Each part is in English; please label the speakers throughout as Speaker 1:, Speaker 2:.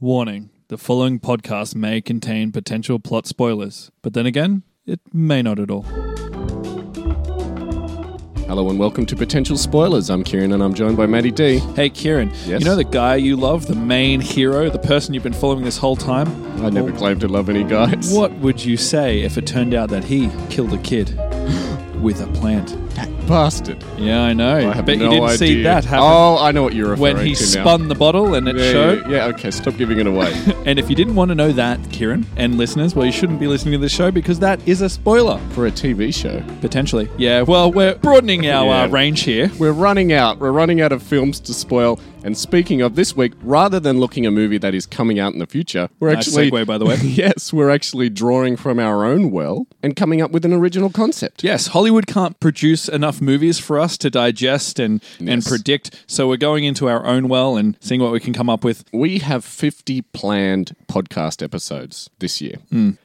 Speaker 1: Warning the following podcast may contain potential plot spoilers, but then again, it may not at all.
Speaker 2: Hello and welcome to Potential Spoilers. I'm Kieran and I'm joined by Maddie D.
Speaker 1: Hey, Kieran,
Speaker 2: Yes?
Speaker 1: you know the guy you love, the main hero, the person you've been following this whole time?
Speaker 2: I never claimed to love any guys.
Speaker 1: What would you say if it turned out that he killed a kid with a plant?
Speaker 2: bastard?
Speaker 1: Yeah, I know.
Speaker 2: I have
Speaker 1: but
Speaker 2: no
Speaker 1: you didn't
Speaker 2: idea.
Speaker 1: see that happen
Speaker 2: Oh, I know what you're referring
Speaker 1: when he
Speaker 2: to
Speaker 1: spun the bottle and it
Speaker 2: now. Yeah,
Speaker 1: showed.
Speaker 2: yeah, yeah, okay, stop giving it away.
Speaker 1: And if you didn't want to know that, Kieran and listeners, well, you shouldn't be listening to this show because that is a spoiler.
Speaker 2: For a TV show.
Speaker 1: Potentially. Yeah, well, we're broadening our uh,
Speaker 2: Yeah.
Speaker 1: range here.
Speaker 2: We're running out. We're running out of films to spoil. And speaking of this week, rather than looking at a movie that is coming out in the future, we're
Speaker 1: Nice
Speaker 2: actually
Speaker 1: segue, by the way.
Speaker 2: yes, we're actually drawing from our own well and coming up with an original concept.
Speaker 1: Yes, Hollywood can't produce enough movies for us to digest and, and
Speaker 2: Yes.
Speaker 1: predict. So we're going into our own well and seeing what we can come up with.
Speaker 2: We have 50 planned podcast episodes this year.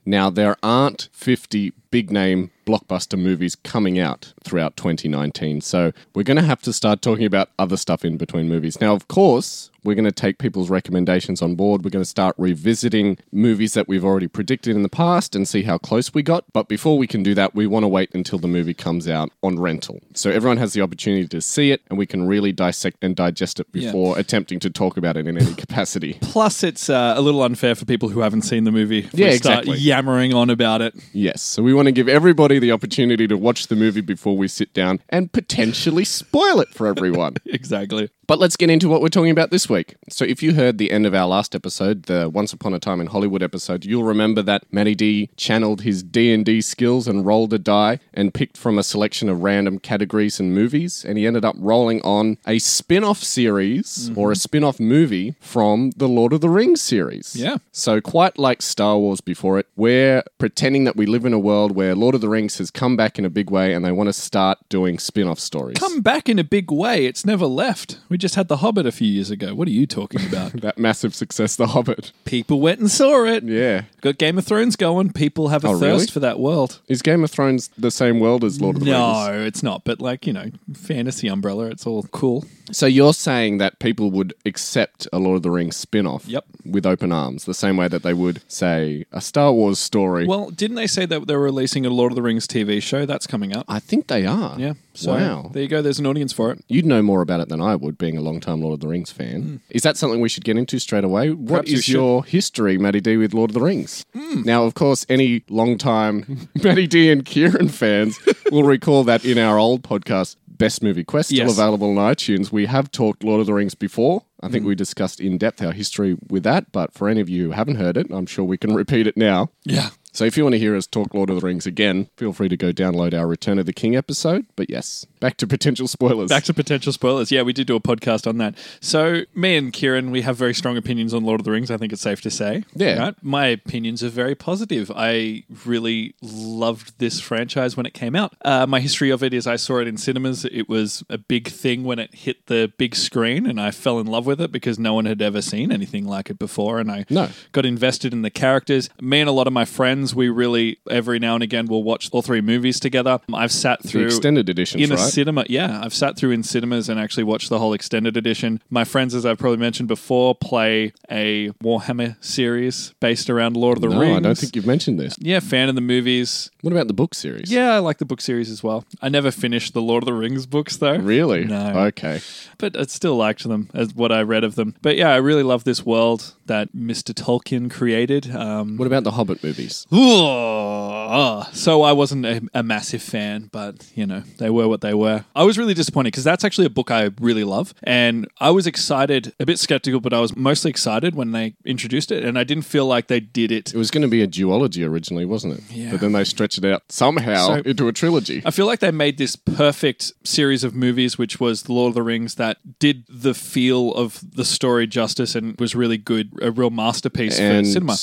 Speaker 2: Now, there aren't 50 big name blockbuster movies coming out throughout 2019. So, we're going to have to start talking about other stuff in between movies. Now, of course, we're going to take people's recommendations on board. We're going to start revisiting movies that we've already predicted in the past and see how close we got. But before we can do that, we want to wait until the movie comes out on rental. So everyone has the opportunity to see it and we can really dissect and digest it before attempting to talk about it in any capacity.
Speaker 1: Plus, it's uh, a little unfair for people who haven't seen the movie. If
Speaker 2: Yeah,
Speaker 1: we start
Speaker 2: exactly.
Speaker 1: yammering on about it.
Speaker 2: Yes, so we want to give everybody the opportunity to watch the movie before we sit down and potentially spoil it for everyone.
Speaker 1: Exactly.
Speaker 2: But let's get into what we're talking about this week. So, if you heard the end of our last episode, the Once Upon a Time in Hollywood episode, you'll remember that Matty D channeled his D and D skills and rolled a die and picked from a selection of random categories and movies, and he ended up rolling on a spin-off series
Speaker 1: Mm-hmm.
Speaker 2: or a spin-off movie from the Lord of the Rings series.
Speaker 1: Yeah.
Speaker 2: So, quite like Star Wars before it, we're pretending that we live in a world where Lord of the Rings has come back in a big way, and they want to start doing spin-off stories.
Speaker 1: Come back in a big way. It's never left. We just had The Hobbit a few years ago. What are you talking about?
Speaker 2: that massive success, The Hobbit.
Speaker 1: people went and saw it.
Speaker 2: Yeah.
Speaker 1: Got Game of Thrones going. People have a
Speaker 2: Oh,
Speaker 1: thirst
Speaker 2: really?
Speaker 1: for that world.
Speaker 2: Is Game of Thrones the same world as Lord of the
Speaker 1: No, it's not. But like you know, fantasy umbrella. It's all cool.
Speaker 2: Rings? So you're saying that people would accept a Lord of the Rings spin-off
Speaker 1: Yep.
Speaker 2: with open arms, the same way that they would say a Star Wars story.
Speaker 1: Well, didn't they say that they're releasing a Lord of the Rings TV show? That's coming up.
Speaker 2: I think they are.
Speaker 1: Yeah. So
Speaker 2: wow.
Speaker 1: there you go. There's an audience for it.
Speaker 2: You'd know more about it than I would, being a long-time Lord of the Rings fan. Is that something we should get into straight away? What
Speaker 1: Hmm. Perhaps we
Speaker 2: is
Speaker 1: should. Hmm.
Speaker 2: your history, Matty D, with Lord of the Rings? Now, of course, any long-time Matty D and Kieran fans will recall that in our old podcast, Best Movie Quest, still
Speaker 1: Yes.
Speaker 2: available on iTunes, we have talked Lord of the Rings before. I
Speaker 1: Hmm.
Speaker 2: think we discussed in depth our history with that, but for any of you who haven't heard it, I'm sure we can repeat it now.
Speaker 1: Yeah.
Speaker 2: So if you want to hear us talk Lord of the Rings again, feel free to go download our Return of the King episode. But yes, back to potential spoilers.
Speaker 1: Back to potential spoilers. Yeah, we did do a podcast on that. So me and Kieran, we have very strong opinions on Lord of the Rings. I think it's safe to say.
Speaker 2: Yeah.
Speaker 1: My opinions are very positive. I really loved this franchise when it came out. Uh, my history of it is I saw it in cinemas. It was a big thing when it hit the big screen, and I fell in love with it because no one had ever seen anything like it before. And I
Speaker 2: No.
Speaker 1: got invested in the characters. Me and a lot of my friends, we really every now and again will watch all three movies together. I've sat
Speaker 2: the
Speaker 1: through
Speaker 2: extended editions,
Speaker 1: in a
Speaker 2: right?
Speaker 1: cinema. Yeah, I've sat through in cinemas and actually watched the whole extended edition. My friends, as I've probably mentioned before, play a Warhammer series based around Lord of the
Speaker 2: no,
Speaker 1: Rings.
Speaker 2: I don't think you've mentioned this.
Speaker 1: Yeah, fan of the movies.
Speaker 2: What about the book series?
Speaker 1: Yeah, I like the book series as well. I never finished the Lord of the Rings books though.
Speaker 2: Really?
Speaker 1: No.
Speaker 2: Okay.
Speaker 1: But I still liked them as what I read of them. But yeah, I really love this world that Mr. Tolkien created. Um,
Speaker 2: What about the Hobbit movies?
Speaker 1: Ugh. So I wasn't a, a massive fan, but you know they were what they were. I was really disappointed because that's actually a book I really love, and I was excited, a bit skeptical, but I was mostly excited when they introduced it, and I didn't feel like they did it.
Speaker 2: It was going to be a duology originally, wasn't it?
Speaker 1: Yeah.
Speaker 2: But then they stretched it out somehow
Speaker 1: So- uh,
Speaker 2: into a trilogy.
Speaker 1: I feel like they made this perfect series of movies, which was The Lord of the Rings, that did the feel of the story justice and was really good, a real masterpiece for
Speaker 2: and
Speaker 1: cinema.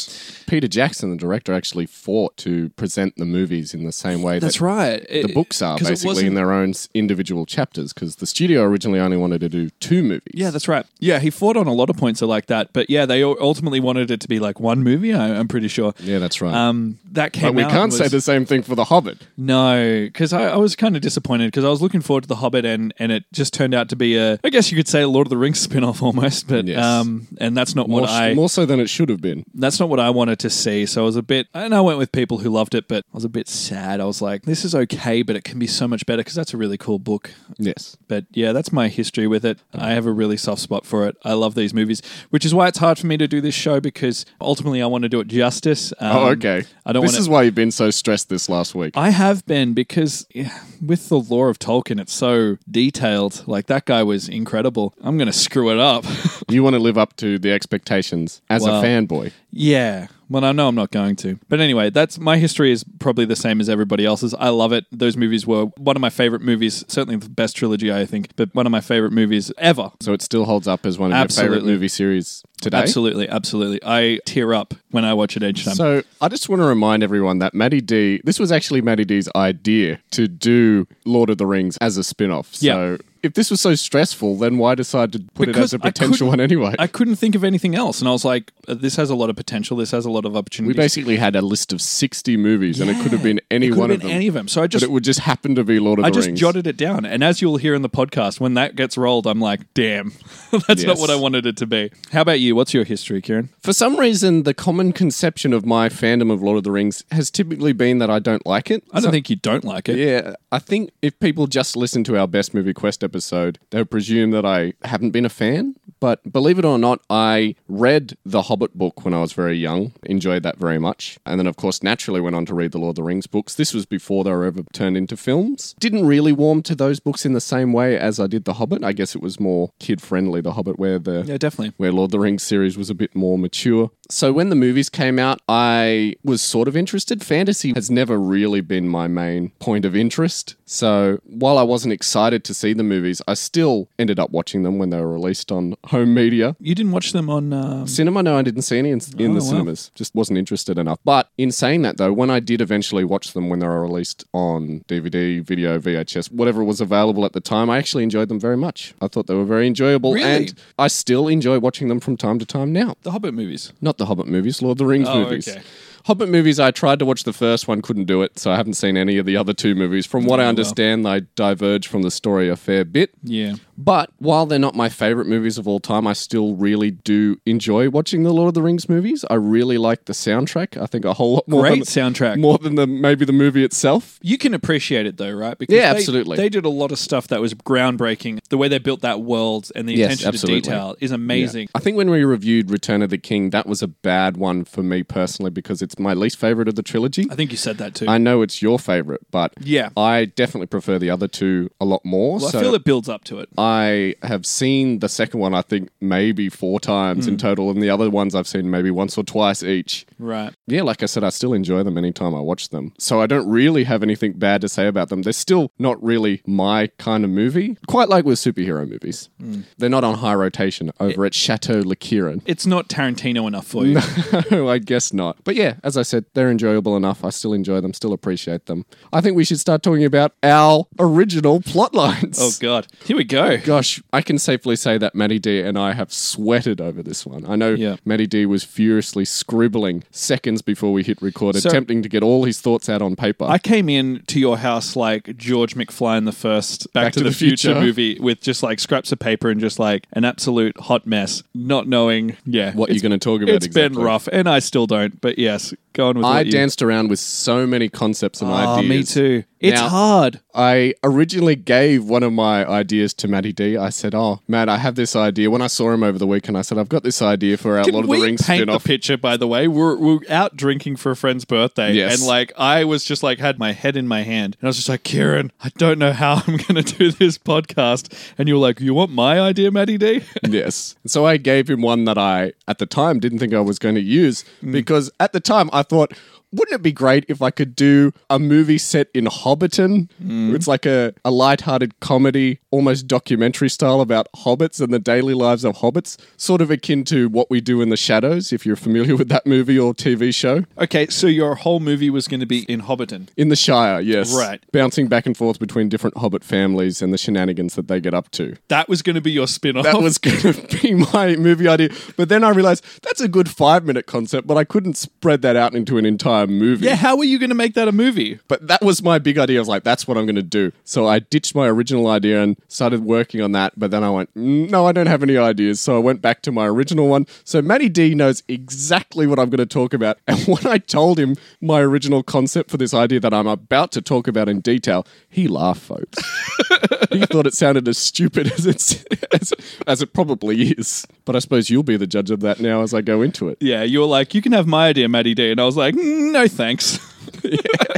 Speaker 2: Peter Jackson, the director, actually actually fought to present the movies in the same way
Speaker 1: That's
Speaker 2: that
Speaker 1: right.
Speaker 2: the books are basically in their own s- individual chapters because the studio originally only wanted to do two movies.
Speaker 1: Yeah, that's right. Yeah, he fought on a lot of points like that, but yeah, they u- ultimately wanted it to be like one movie. I, I'm pretty sure.
Speaker 2: yeah, that's right.
Speaker 1: Um, that came.
Speaker 2: but we
Speaker 1: out
Speaker 2: can't
Speaker 1: was-
Speaker 2: say the same thing for The Hobbit.
Speaker 1: No, because I, I was kind of disappointed because I was looking forward to The Hobbit and, and it just turned out to be a, I guess you could say a Lord of the Rings spin off almost, but
Speaker 2: Yes.
Speaker 1: um, and that's not
Speaker 2: More,
Speaker 1: what
Speaker 2: s-
Speaker 1: I
Speaker 2: more so than it should have been.
Speaker 1: that's not what I wanted to see. So I was a bit, and I went with people who loved it, but I was a bit sad. I was like, this is okay, but it can be so much better because that's a really cool book.
Speaker 2: Yes.
Speaker 1: But yeah, that's my history with it. I have a really soft spot for it. I love these movies, which is why it's hard for me to do this show because ultimately I want to do it justice. Um,
Speaker 2: Oh, okay.
Speaker 1: I don't
Speaker 2: this
Speaker 1: want
Speaker 2: is why you've been so stressed this last week.
Speaker 1: I have been because yeah, with the lore of Tolkien, it's so detailed. Like that guy was incredible. I'm going to screw it up.
Speaker 2: you want to live up to the expectations as
Speaker 1: Well-
Speaker 2: a fanboy.
Speaker 1: yeah. Well, I know I'm not going to. But anyway, that's my history is probably the same as everybody else's. I love it. Those movies were one of my favorite movies, certainly the best trilogy, I think, but one of my favorite movies ever.
Speaker 2: So it still holds up as one of your
Speaker 1: Absolutely.
Speaker 2: favorite movie series today.
Speaker 1: Absolutely, absolutely. I tear up when I watch it each time.
Speaker 2: So I just want to remind everyone that Maddie D, this was actually Maddie D's idea to do Lord of the Rings as a spin off. So
Speaker 1: Yeah.
Speaker 2: if this was so stressful, then why decide to put
Speaker 1: Because
Speaker 2: it as a
Speaker 1: I
Speaker 2: potential one
Speaker 1: couldn't-
Speaker 2: anyway?
Speaker 1: I couldn't think of anything else, and I was like, uh, "This has a lot of potential. This has a lot of
Speaker 2: we
Speaker 1: opportunities."
Speaker 2: basically had a list of 60 movies and it could have been any
Speaker 1: It could
Speaker 2: one
Speaker 1: have
Speaker 2: of
Speaker 1: been
Speaker 2: them.
Speaker 1: Any of them. So I
Speaker 2: but
Speaker 1: just
Speaker 2: it would just happen to be Lord of
Speaker 1: I
Speaker 2: the
Speaker 1: just
Speaker 2: Rings.
Speaker 1: jotted it down, and as you'll hear in the podcast, when that gets rolled, I'm like, "Damn, that's not
Speaker 2: Yes.
Speaker 1: what I wanted it to be." How about you? What's your history, Kieran?
Speaker 2: For some reason, the common conception of my fandom of Lord of the Rings has typically been that I don't like it.
Speaker 1: I don't think you don't like it.
Speaker 2: Yeah, I think if people just listen to our best movie quest episode, they'll presume that I haven't been a fan. But believe it or not, I read the Hobbit book when I was very young, enjoyed that very much. And then, of course, naturally went on to read the Lord of the Rings books. This was before they were ever turned into films. Didn't really warm to those books in the same way as I did The Hobbit. I guess it was more kid friendly, The Hobbit, where the
Speaker 1: Yeah, definitely.
Speaker 2: where Lord of the Rings series was a bit more mature. So when the movies came out, I was sort of interested. Fantasy has never really been my main point of interest. So while I wasn't excited to see the movies, I still ended up watching them when they were released on home media.
Speaker 1: You didn't watch them on. Um,
Speaker 2: Cinema? No, I didn't see any in, in the
Speaker 1: Oh, wow.
Speaker 2: cinemas. Just wasn't interested enough. But in saying that, though, when I did eventually watch them when they were released on DVD, video, VHS, whatever was available at the time, I actually enjoyed them very much. I thought they were very enjoyable,
Speaker 1: Really?
Speaker 2: and I still enjoy watching them from time to time now.
Speaker 1: the Hobbit movies.
Speaker 2: Not the Hobbit movies, Lord of the Rings
Speaker 1: Oh,
Speaker 2: movies.
Speaker 1: okay.
Speaker 2: Hobbit movies, I tried to watch the first one, couldn't do it, so I haven't seen any of the other two movies. From
Speaker 1: Oh,
Speaker 2: what I understand, they diverge from the story a fair bit.
Speaker 1: Yeah.
Speaker 2: But while they're not my favorite movies of all time, I still really do enjoy watching the Lord of the Rings movies. I really like the soundtrack. I think a whole lot more
Speaker 1: Great
Speaker 2: than,
Speaker 1: soundtrack.
Speaker 2: more than the maybe the movie itself.
Speaker 1: You can appreciate it though, right? Because
Speaker 2: Yeah,
Speaker 1: they,
Speaker 2: absolutely.
Speaker 1: They did a lot of stuff that was groundbreaking. The way they built that world and the
Speaker 2: Yes,
Speaker 1: attention
Speaker 2: absolutely.
Speaker 1: to detail is amazing.
Speaker 2: I think when we reviewed Return of the King, that was a bad one for me personally because it's my least favorite of the trilogy.
Speaker 1: I think you said that too.
Speaker 2: I know it's your favorite, but
Speaker 1: Yeah.
Speaker 2: I definitely prefer the other two a lot more.
Speaker 1: well,
Speaker 2: so
Speaker 1: I feel it builds up to it.
Speaker 2: I have seen the second one, I think maybe four times
Speaker 1: Hmm.
Speaker 2: in total, and the other ones I've seen maybe once or twice each.
Speaker 1: Right.
Speaker 2: Yeah, like I said, I still enjoy them anytime I watch them. So I don't really have anything bad to say about them. They're still not really my kind of movie, quite like with superhero movies. They're not on high rotation over at Chateau Le Kirin.
Speaker 1: It's not Tarantino enough for you.
Speaker 2: No, I guess not. But yeah, as I said, they're enjoyable enough. I still enjoy them, still appreciate them. I think we should start talking about our original plot lines.
Speaker 1: Oh God. Here we go.
Speaker 2: Gosh, I can safely say that Matty D and I have sweated over this one. I know
Speaker 1: Yeah.
Speaker 2: Matty D was furiously scribbling seconds before we hit record,
Speaker 1: So-
Speaker 2: attempting to get all his thoughts out on paper.
Speaker 1: I came in to your house like George McFly in the first Back, to, the, future. movie with just like scraps of paper and just like an absolute hot mess, not knowing yeah
Speaker 2: what you're
Speaker 1: it's-
Speaker 2: going to talk about
Speaker 1: It's
Speaker 2: exactly.
Speaker 1: been rough, and I still don't. But yes, go on with
Speaker 2: I
Speaker 1: what you-
Speaker 2: danced around with so many concepts and
Speaker 1: Ah,
Speaker 2: ideas.
Speaker 1: me too. It's
Speaker 2: Now-
Speaker 1: hard.
Speaker 2: I originally gave one of my ideas to Matty D. I said, "Oh, Matt, I have this idea." When I saw him over the weekend, I said, "I've got this idea for our
Speaker 1: Can
Speaker 2: Lord of
Speaker 1: we
Speaker 2: the Rings
Speaker 1: paint
Speaker 2: spin-off."
Speaker 1: the picture? By the way, we're, we're out drinking for a friend's birthday,
Speaker 2: Yes.
Speaker 1: and like I was just like had my head in my hand, and I was just like, Kieran, I don't know how I'm going to do this podcast, and you're like, you want my idea, Maddie D?
Speaker 2: yes. So I gave him one that I, at the time, didn't think I was going to use because at the time I thought, wouldn't it be great if I could do a movie set in Hobbiton? It's like a, a lighthearted comedy almost documentary style about hobbits and the daily lives of hobbits, sort of akin to What We Do in the Shadows, if you're familiar with that movie or TV show.
Speaker 1: Okay, so your whole movie was going to be in Hobbiton.
Speaker 2: In the Shire, yes.
Speaker 1: Right.
Speaker 2: Bouncing back and forth between different hobbit families and the shenanigans that they get up to.
Speaker 1: That was going to be your spin-off.
Speaker 2: That was going to be my movie idea. But then I realized that's a good five minute concept, but I couldn't spread that out into an entire movie.
Speaker 1: yeah, how were you going to make that a movie?
Speaker 2: But that was my big idea. I was like, that's what I'm going to do. So I ditched my original idea and started working on that. But then I went, "Mm, no, I don't have any ideas. So I went back to my original one. So Matty D knows exactly what I'm going to talk about. And when I told him my original concept for this idea that I'm about to talk about in detail, he laughed, folks. he thought it sounded as stupid as, it's, as, as it probably is. But I suppose you'll be the judge of that now as I go into it.
Speaker 1: Yeah, you were like, you can have my idea, Maddie D. And I was like, "Mm, no thanks.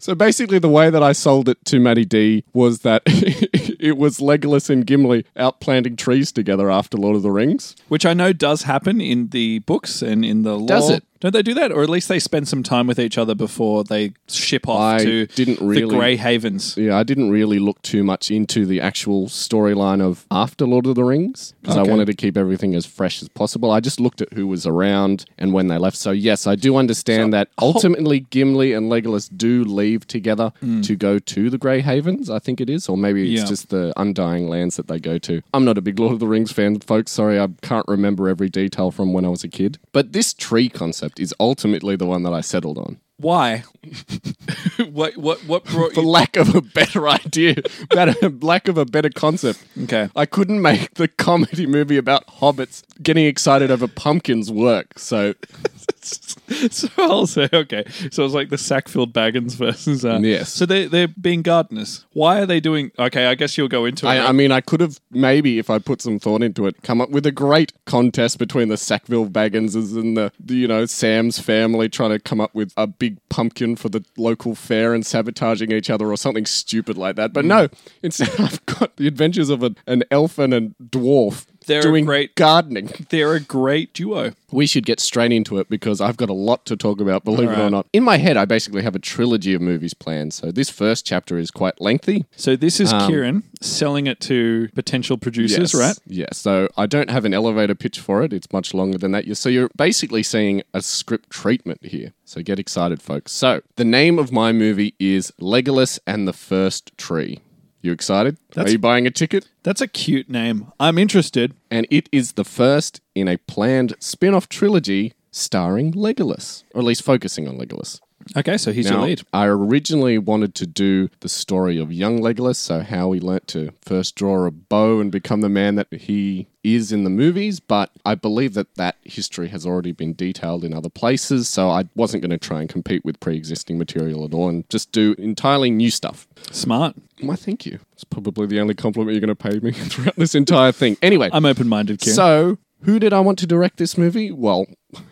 Speaker 2: So basically, the way that I sold it to Matty D was that it was Legolas and Gimli out planting trees together after Lord of the Rings.
Speaker 1: Which I know does happen in the books and in the lore.
Speaker 2: Does it?
Speaker 1: Don't they do that? Or at least they spend some time with each other before they ship off
Speaker 2: I
Speaker 1: to
Speaker 2: didn't
Speaker 1: the
Speaker 2: really-
Speaker 1: Grey Havens.
Speaker 2: Yeah, I didn't really look too much into the actual storyline of after Lord of the Rings because
Speaker 1: Okay.
Speaker 2: I wanted to keep everything as fresh as possible. I just looked at who was around and when they left. So yes, I do understand that ultimately Gimli and Legolas do leave together to go to the Grey Havens, I think it is, or maybe it's
Speaker 1: Mm. Yeah.
Speaker 2: just the Undying Lands that they go to. I'm not a big Lord of the Rings fan, folks. Sorry, I can't remember every detail from when I was a kid. But this tree concept is ultimately the one that I settled on.
Speaker 1: Why? what what what brought
Speaker 2: for
Speaker 1: you
Speaker 2: lack of a better idea, better lack of a better concept.
Speaker 1: Okay.
Speaker 2: I couldn't make the comedy movie about hobbits getting excited over pumpkins work. So
Speaker 1: So I'll say okay. So it's like the Sackfield Baggins versus uh,
Speaker 2: Yes.
Speaker 1: So they they're being gardeners. Why are they doing? Okay, I guess you'll go into it.
Speaker 2: I, I mean, I could have maybe, if I put some thought into it, come up with a great contest between the Sackville Bagginses and the, the you know Sam's family trying to come up with a big pumpkin for the local fair and sabotaging each other or something stupid like that. But no, instead I've got the adventures of an, an elf and a dwarf.
Speaker 1: They're a
Speaker 2: doing
Speaker 1: great-
Speaker 2: gardening.
Speaker 1: they're a great duo.
Speaker 2: we should get straight into it because I've got a lot to talk about, believe it or not. In my head, I basically have a trilogy of movies planned. So this first chapter is quite lengthy.
Speaker 1: So this is Kieran selling it to potential producers, right?
Speaker 2: Um, Yes. So I don't have an elevator pitch for it. It's much longer than that. You- So you're basically seeing a script treatment here. So get excited, folks. So the name of my movie is Legolas and the First Tree. You excited? Are you buying a ticket?
Speaker 1: That's a cute name. I'm interested.
Speaker 2: and it is the first in a planned spin off trilogy starring Legolas, or at least focusing on Legolas.
Speaker 1: Okay, so he's
Speaker 2: Now,
Speaker 1: your lead.
Speaker 2: I originally wanted to do the story of young Legolas, so how he learnt to first draw a bow and become the man that he is in the movies, but I believe that that history has already been detailed in other places, so I wasn't going to try and compete with pre existing material at all and just do entirely new stuff.
Speaker 1: Smart.
Speaker 2: Why, thank you. It's probably the only compliment you're going to pay me throughout this entire thing. Anyway,
Speaker 1: I'm open-minded, Kieran.
Speaker 2: so, who did I want to direct this movie? Well,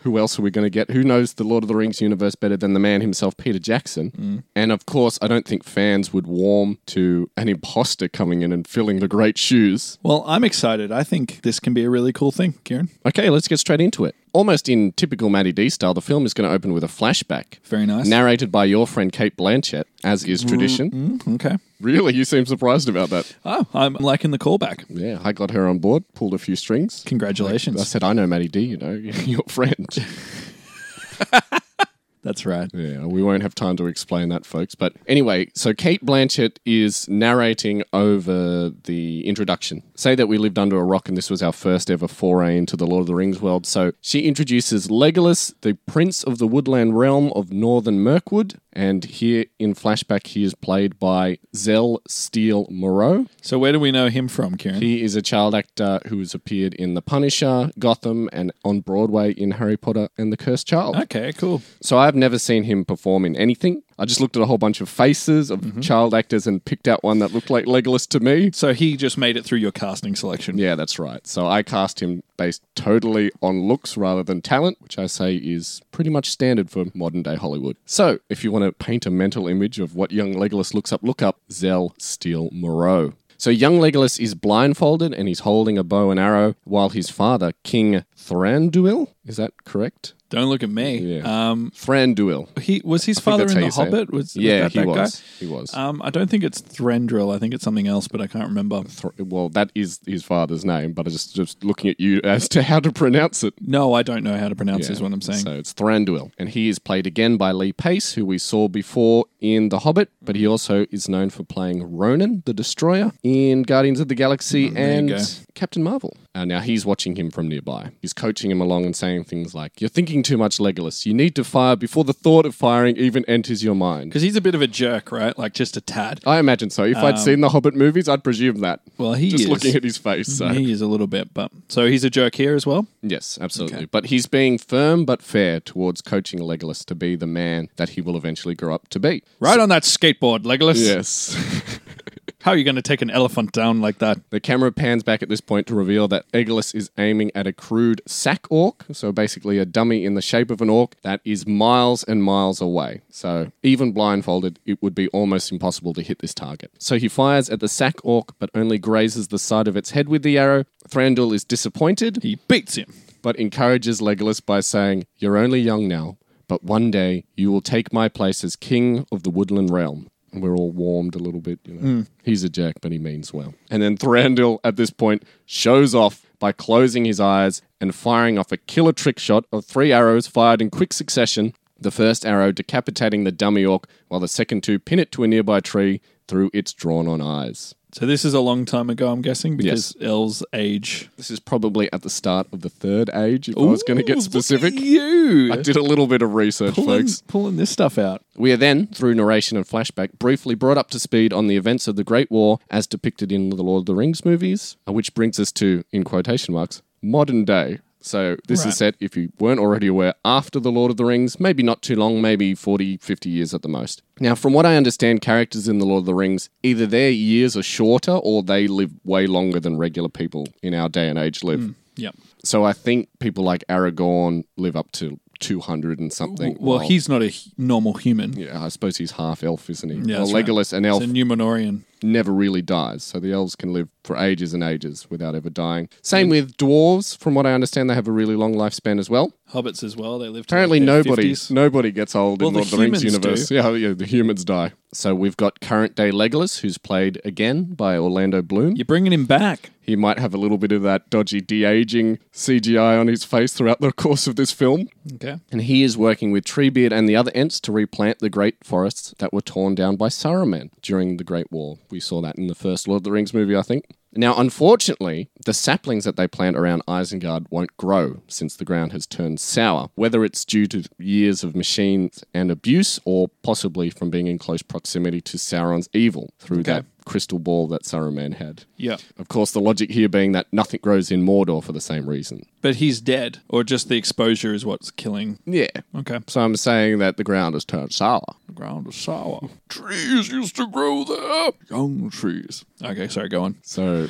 Speaker 2: who else are we going to get? Who knows the Lord of the Rings universe better than the man himself, Peter Jackson? And of course, I don't think fans would warm to an imposter coming in and filling the great shoes.
Speaker 1: well, I'm excited. I think this can be a really cool thing, Kieran.
Speaker 2: Okay, let's get straight into it. Almost in typical Matty D style, the film is going to open with a flashback.
Speaker 1: Very nice.
Speaker 2: Narrated by your friend Kate Blanchett, as is tradition.
Speaker 1: Mm, okay.
Speaker 2: Really, you seem surprised about that.
Speaker 1: Oh, I'm liking the callback.
Speaker 2: Yeah, I got her on board, pulled a few strings. I
Speaker 1: Congratulations.
Speaker 2: said, I know Matty D, you know, your friend.
Speaker 1: That's right.
Speaker 2: Yeah, we won't have time to explain that, folks. But anyway, so Kate Blanchett is narrating over the introduction. Say that we lived under a rock and this was our first ever foray into the Lord of the Rings world. So she introduces Legolas, the prince of the woodland realm of northern Mirkwood. And here in flashback, he is played by Zell Steele Moreau.
Speaker 1: So where do we know him from, Kieran?
Speaker 2: He is a child actor who has appeared in The Punisher, Gotham, and on Broadway in Harry Potter and the Cursed Child.
Speaker 1: Okay, cool.
Speaker 2: So I've never seen him perform in anything. I just looked at a whole bunch of faces of child actors and picked out one that looked like Legolas to me.
Speaker 1: So he just made it through your casting selection.
Speaker 2: Yeah, that's right. So I cast him based totally on looks rather than talent, which I say is pretty much standard for modern day Hollywood. So if you want to paint a mental image of what young Legolas looks up, look up Zell Steele Moreau. So young Legolas is blindfolded and he's holding a bow and arrow while his father, King Thranduil, is that correct?
Speaker 1: Don't look at me.
Speaker 2: Yeah.
Speaker 1: Um,
Speaker 2: Thranduil.
Speaker 1: he was his
Speaker 2: I think
Speaker 1: father
Speaker 2: that's
Speaker 1: in
Speaker 2: how
Speaker 1: the
Speaker 2: you say it.
Speaker 1: Hobbit. Was was
Speaker 2: yeah,
Speaker 1: that
Speaker 2: he,
Speaker 1: that
Speaker 2: was.
Speaker 1: guy?
Speaker 2: he was.
Speaker 1: Um, I don't think it's Threndrill. I think it's something else, but I can't remember.
Speaker 2: Thr- well, that is his father's name, but I just just looking at you as to how to pronounce it.
Speaker 1: No, I don't know how to pronounce is what I'm saying.
Speaker 2: So it's Thranduil, and he is played again by Lee Pace, who we saw before in The Hobbit, but he also is known for playing Ronan the Destroyer in Guardians of the Galaxy
Speaker 1: Oh, go.
Speaker 2: and Captain Marvel. Uh, now he's watching him from nearby. He's coaching him along and saying things like, "You're thinking too much, Legolas. You need to fire before the thought of firing even enters your mind."
Speaker 1: Because he's a bit of a jerk, right? Like just a tad.
Speaker 2: I imagine so. If
Speaker 1: Um,
Speaker 2: I'd seen the Hobbit movies, I'd presume that.
Speaker 1: Well, he
Speaker 2: just
Speaker 1: is.
Speaker 2: looking at his face. So.
Speaker 1: He is a little bit, but so he's a jerk here as well.
Speaker 2: Yes, absolutely. But he's being firm but fair towards coaching Legolas to be the man that he will eventually grow up to be.
Speaker 1: Right on that skateboard, Legolas.
Speaker 2: Yes.
Speaker 1: How are you going to take an elephant down like that?
Speaker 2: the camera pans back at this point to reveal that Legolas is aiming at a crude sack orc, so basically a dummy in the shape of an orc that is miles and miles away. So even blindfolded, it would be almost impossible to hit this target. So he fires at the sack orc but only grazes the side of its head with the arrow. Thranduil is disappointed.
Speaker 1: He beats him.
Speaker 2: but encourages Legolas by saying, You're only young now, but one day you will take my place as king of the woodland realm. And we're all warmed a little bit, you know. He's a jack, but he means well. And then Thranduil at this point shows off by closing his eyes and firing off a killer trick shot of three arrows fired in quick succession. The first arrow decapitating the dummy orc, while the second two pin it to a nearby tree through its drawn on eyes.
Speaker 1: So this is a long time ago, I'm guessing, because El's age.
Speaker 2: This is probably at the start of the third age, if I was going to
Speaker 1: Ooh,
Speaker 2: get
Speaker 1: look at
Speaker 2: specific.
Speaker 1: You
Speaker 2: I did a little bit of research,
Speaker 1: pulling,
Speaker 2: folks.
Speaker 1: pulling this stuff out.
Speaker 2: We are then, through narration and flashback, briefly brought up to speed on the events of the Great War as depicted in the Lord of the Rings movies, uh, which brings us to, in quotation marks, modern day. So this
Speaker 1: Right.
Speaker 2: is set, if you weren't already aware, after the Lord of the Rings, maybe not too long, maybe 40, 50 years at the most. Now, from what I understand, characters in the Lord of the Rings, either their years are shorter or they live way longer than regular people in our day and age live.
Speaker 1: Yep.
Speaker 2: So I think people like Aragorn live up to 200 and something.
Speaker 1: Well,
Speaker 2: while-
Speaker 1: he's not a h- normal human.
Speaker 2: yeah, I suppose he's half elf, isn't he?
Speaker 1: Yeah,
Speaker 2: well,
Speaker 1: that's right.
Speaker 2: Legolas, an elf,
Speaker 1: He's a Numenorian.
Speaker 2: never really dies, so the elves can live for ages and ages without ever dying. Same with dwarves. From what I understand, they have a really long lifespan as well.
Speaker 1: Hobbits as well. They live to
Speaker 2: Apparently,
Speaker 1: like, their
Speaker 2: nobody
Speaker 1: 50s.
Speaker 2: nobody gets old
Speaker 1: Well,
Speaker 2: in
Speaker 1: the
Speaker 2: Lord of the Rings
Speaker 1: humans
Speaker 2: universe.
Speaker 1: do.
Speaker 2: Yeah, yeah, the humans die. So we've got current day Legolas, who's played again by Orlando Bloom.
Speaker 1: You're bringing him back.
Speaker 2: He might have a little bit of that dodgy de aging CGI on his face throughout the course of this film.
Speaker 1: Okay.
Speaker 2: And he is working with Treebeard and the other Ents to replant the great forests that were torn down by Saruman during the Great War. We saw that in the first Lord of the Rings movie, I think. Now, unfortunately, the saplings that they plant around Isengard won't grow since the ground has turned sour, whether it's due to years of machines and abuse or possibly from being in close proximity to Sauron's evil through that crystal ball that Saruman had.
Speaker 1: Yeah.
Speaker 2: Of course, the logic here being that nothing grows in Mordor for the same reason.
Speaker 1: But he's dead, or just the exposure is what's killing.
Speaker 2: Yeah.
Speaker 1: Okay.
Speaker 2: So I'm saying that the ground has turned sour.
Speaker 1: The ground is sour. Trees used to grow there. Young trees. Okay, sorry, go on.
Speaker 2: So,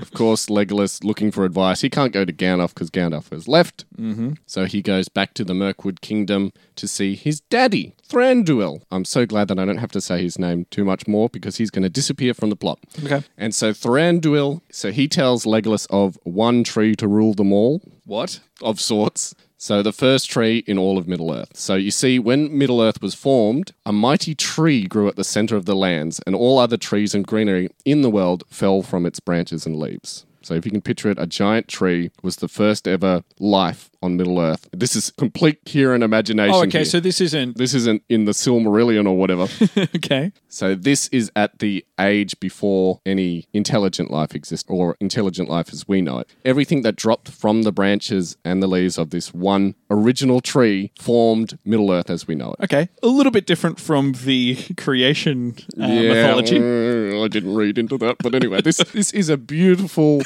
Speaker 2: of course, Legolas looking for advice. He can't go to Gandalf because Gandalf has left. Mm-hmm. So he goes back to the Mirkwood Kingdom to see his daddy, Thranduil. I'm so glad that I don't have to say his name too much more because he's going to disappear from the plot.
Speaker 1: Okay.
Speaker 2: And so Thranduil, so he tells Legolas of one tree to rule them all,
Speaker 1: What?
Speaker 2: of sorts. So the first tree in all of Middle Earth. So you see, when Middle Earth was formed, a mighty tree grew at the center of the lands, and all other trees and greenery in the world fell from its branches and leaves. So if you can picture it, a giant tree was the first ever life on Middle Earth. This is complete here and imagination.
Speaker 1: Oh, okay,
Speaker 2: here.
Speaker 1: so this isn't.
Speaker 2: this isn't in the Silmarillion or whatever.
Speaker 1: okay.
Speaker 2: So this is at the age before any intelligent life exists, or intelligent life as we know it. Everything that dropped from the branches and the leaves of this one original tree formed Middle Earth as we know it.
Speaker 1: Okay. A little bit different from the creation uh, mythology.
Speaker 2: mm, I didn't read into that, but anyway, this this is a beautiful,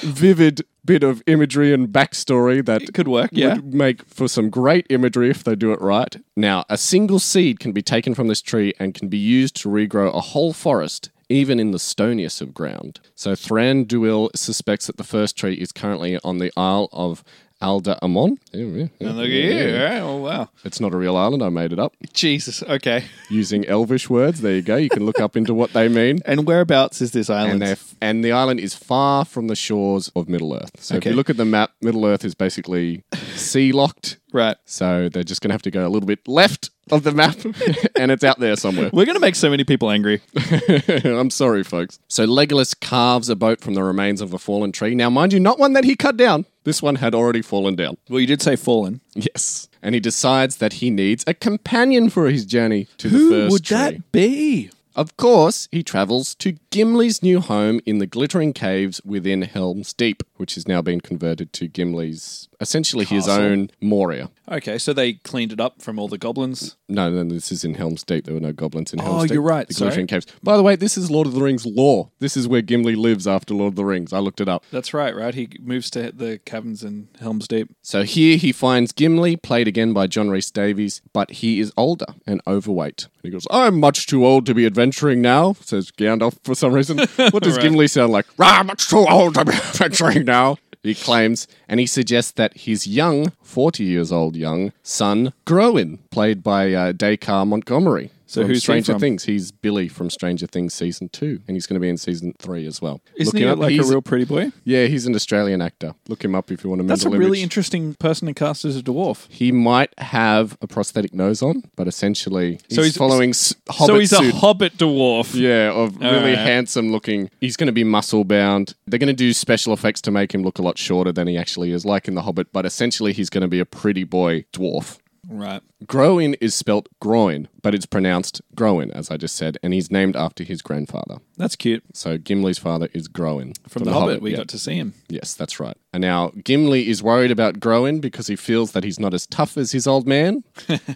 Speaker 2: vivid bit of imagery and backstory that
Speaker 1: Could work, yeah.
Speaker 2: would make for some great imagery if they do it right. Now, a single seed can be taken from this tree and can be used to regrow a whole forest, even in the stoniest of ground. So Thranduil suspects that the first tree is currently on the Isle of Alda Amon.
Speaker 1: And look at you. Right? Oh, wow.
Speaker 2: It's not a real island. I made it up
Speaker 1: Jesus. Okay.
Speaker 2: using Elvish words. There you go. You can look up into what they mean.
Speaker 1: And whereabouts is this island?
Speaker 2: And, they're f- and the island is far from the shores of Middle Earth. So
Speaker 1: Okay.
Speaker 2: if you look at the map, Middle Earth is basically sea locked.
Speaker 1: right.
Speaker 2: So they're just going to have to go a little bit left of the map, and it's out there somewhere.
Speaker 1: We're going to make so many people angry.
Speaker 2: I'm sorry, folks. So Legolas carves a boat from the remains of a fallen tree. Now, mind you, not one that he cut down. This one had already fallen down.
Speaker 1: Well, you did say fallen.
Speaker 2: Yes. And he decides that he needs a companion for his journey to the
Speaker 1: Who
Speaker 2: first
Speaker 1: would
Speaker 2: tree.
Speaker 1: that be?
Speaker 2: Of course, he travels to Gimli's new home in the glittering caves within Helm's Deep, which has now been converted to Gimli's, essentially his own Moria.
Speaker 1: Okay, so they cleaned it up from all the goblins.
Speaker 2: No, no, this is in Helm's Deep. There were no goblins in Helm's
Speaker 1: Oh,
Speaker 2: Deep.
Speaker 1: you're right.
Speaker 2: The
Speaker 1: Sorry.
Speaker 2: glittering caves. By the way, this is Lord of the Rings lore. This is where Gimli lives after Lord of the Rings. I looked it up.
Speaker 1: That's right, right? He moves to the caverns in Helm's Deep.
Speaker 2: So here he finds Gimli, played again by John Rhys Davies, but he is older and overweight. And he goes, I'm much too old to be adventuring now, says Gandalf for some reason. What does Gimli sound like? I'm much too old to be adventuring now, he claims. And he suggests that his young, 40 years old young son, Groen, played by uh, Dakar Montgomery.
Speaker 1: So
Speaker 2: from
Speaker 1: who's he
Speaker 2: Stranger
Speaker 1: from?
Speaker 2: Things? He's Billy from Stranger Things season two, and he's going to be in season three as well.
Speaker 1: Isn't
Speaker 2: Look
Speaker 1: he
Speaker 2: him up.
Speaker 1: like a
Speaker 2: He's-
Speaker 1: real pretty boy?
Speaker 2: Yeah, he's an Australian actor. Look him up if you want to.
Speaker 1: That's a
Speaker 2: mental
Speaker 1: really
Speaker 2: image.
Speaker 1: interesting person to cast as a dwarf.
Speaker 2: He might have a prosthetic nose on, but essentially he's,
Speaker 1: So he's-
Speaker 2: following s- Hobbit
Speaker 1: so he's
Speaker 2: suit.
Speaker 1: a hobbit dwarf.
Speaker 2: yeah, of really
Speaker 1: right.
Speaker 2: handsome looking. He's going to be muscle bound. They're going to do special effects to make him look a lot shorter than he actually is, like in The Hobbit. But essentially, he's going to be a pretty boy dwarf.
Speaker 1: Right.
Speaker 2: Groin is spelt groin, but it's pronounced groin, as I just said, and he's named after his grandfather.
Speaker 1: That's cute.
Speaker 2: So Gimli's father is Groin
Speaker 1: From, the, Hobbit, we
Speaker 2: yeah.
Speaker 1: got to see him.
Speaker 2: Yes, that's right. And now Gimli is worried about Groen because he feels that he's not as tough as his old man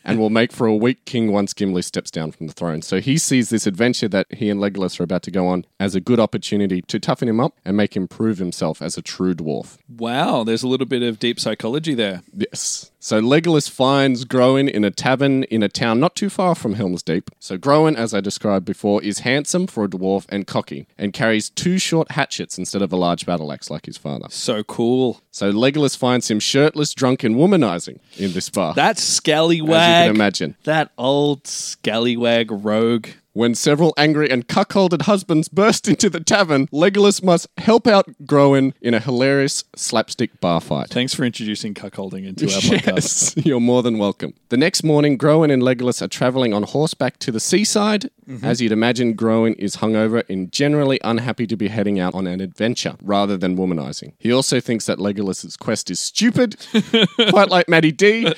Speaker 2: and will make for a weak king once Gimli steps down from the throne. So he sees this adventure that he and Legolas are about to go on as a good opportunity to toughen him up and make him prove himself as a true dwarf.
Speaker 1: Wow, there's a little bit of deep psychology there.
Speaker 2: Yes. So Legolas finds Groen in a tavern in a town not too far from Helm's Deep. So Groen, as I described before, is handsome for a dwarf and cocky and carries two short hatchets instead of a large battle axe like his father.
Speaker 1: So cool.
Speaker 2: So Legolas finds him shirtless, drunk, and womanizing in this bar.
Speaker 1: That
Speaker 2: as you can
Speaker 1: scallywag.
Speaker 2: imagine.
Speaker 1: That old scallywag rogue.
Speaker 2: When several angry and cuckolded husbands burst into the tavern, Legolas must help out Groen in a hilarious slapstick bar fight.
Speaker 1: Thanks for introducing cuckolding into our podcast.
Speaker 2: Yes, you're more than welcome. The next morning, Groen and Legolas are traveling on horseback to the seaside. As you'd imagine, Groen is hungover and generally unhappy to be heading out on an adventure rather than womanizing. He also thinks that Legolas's quest is stupid, quite like Maddie D,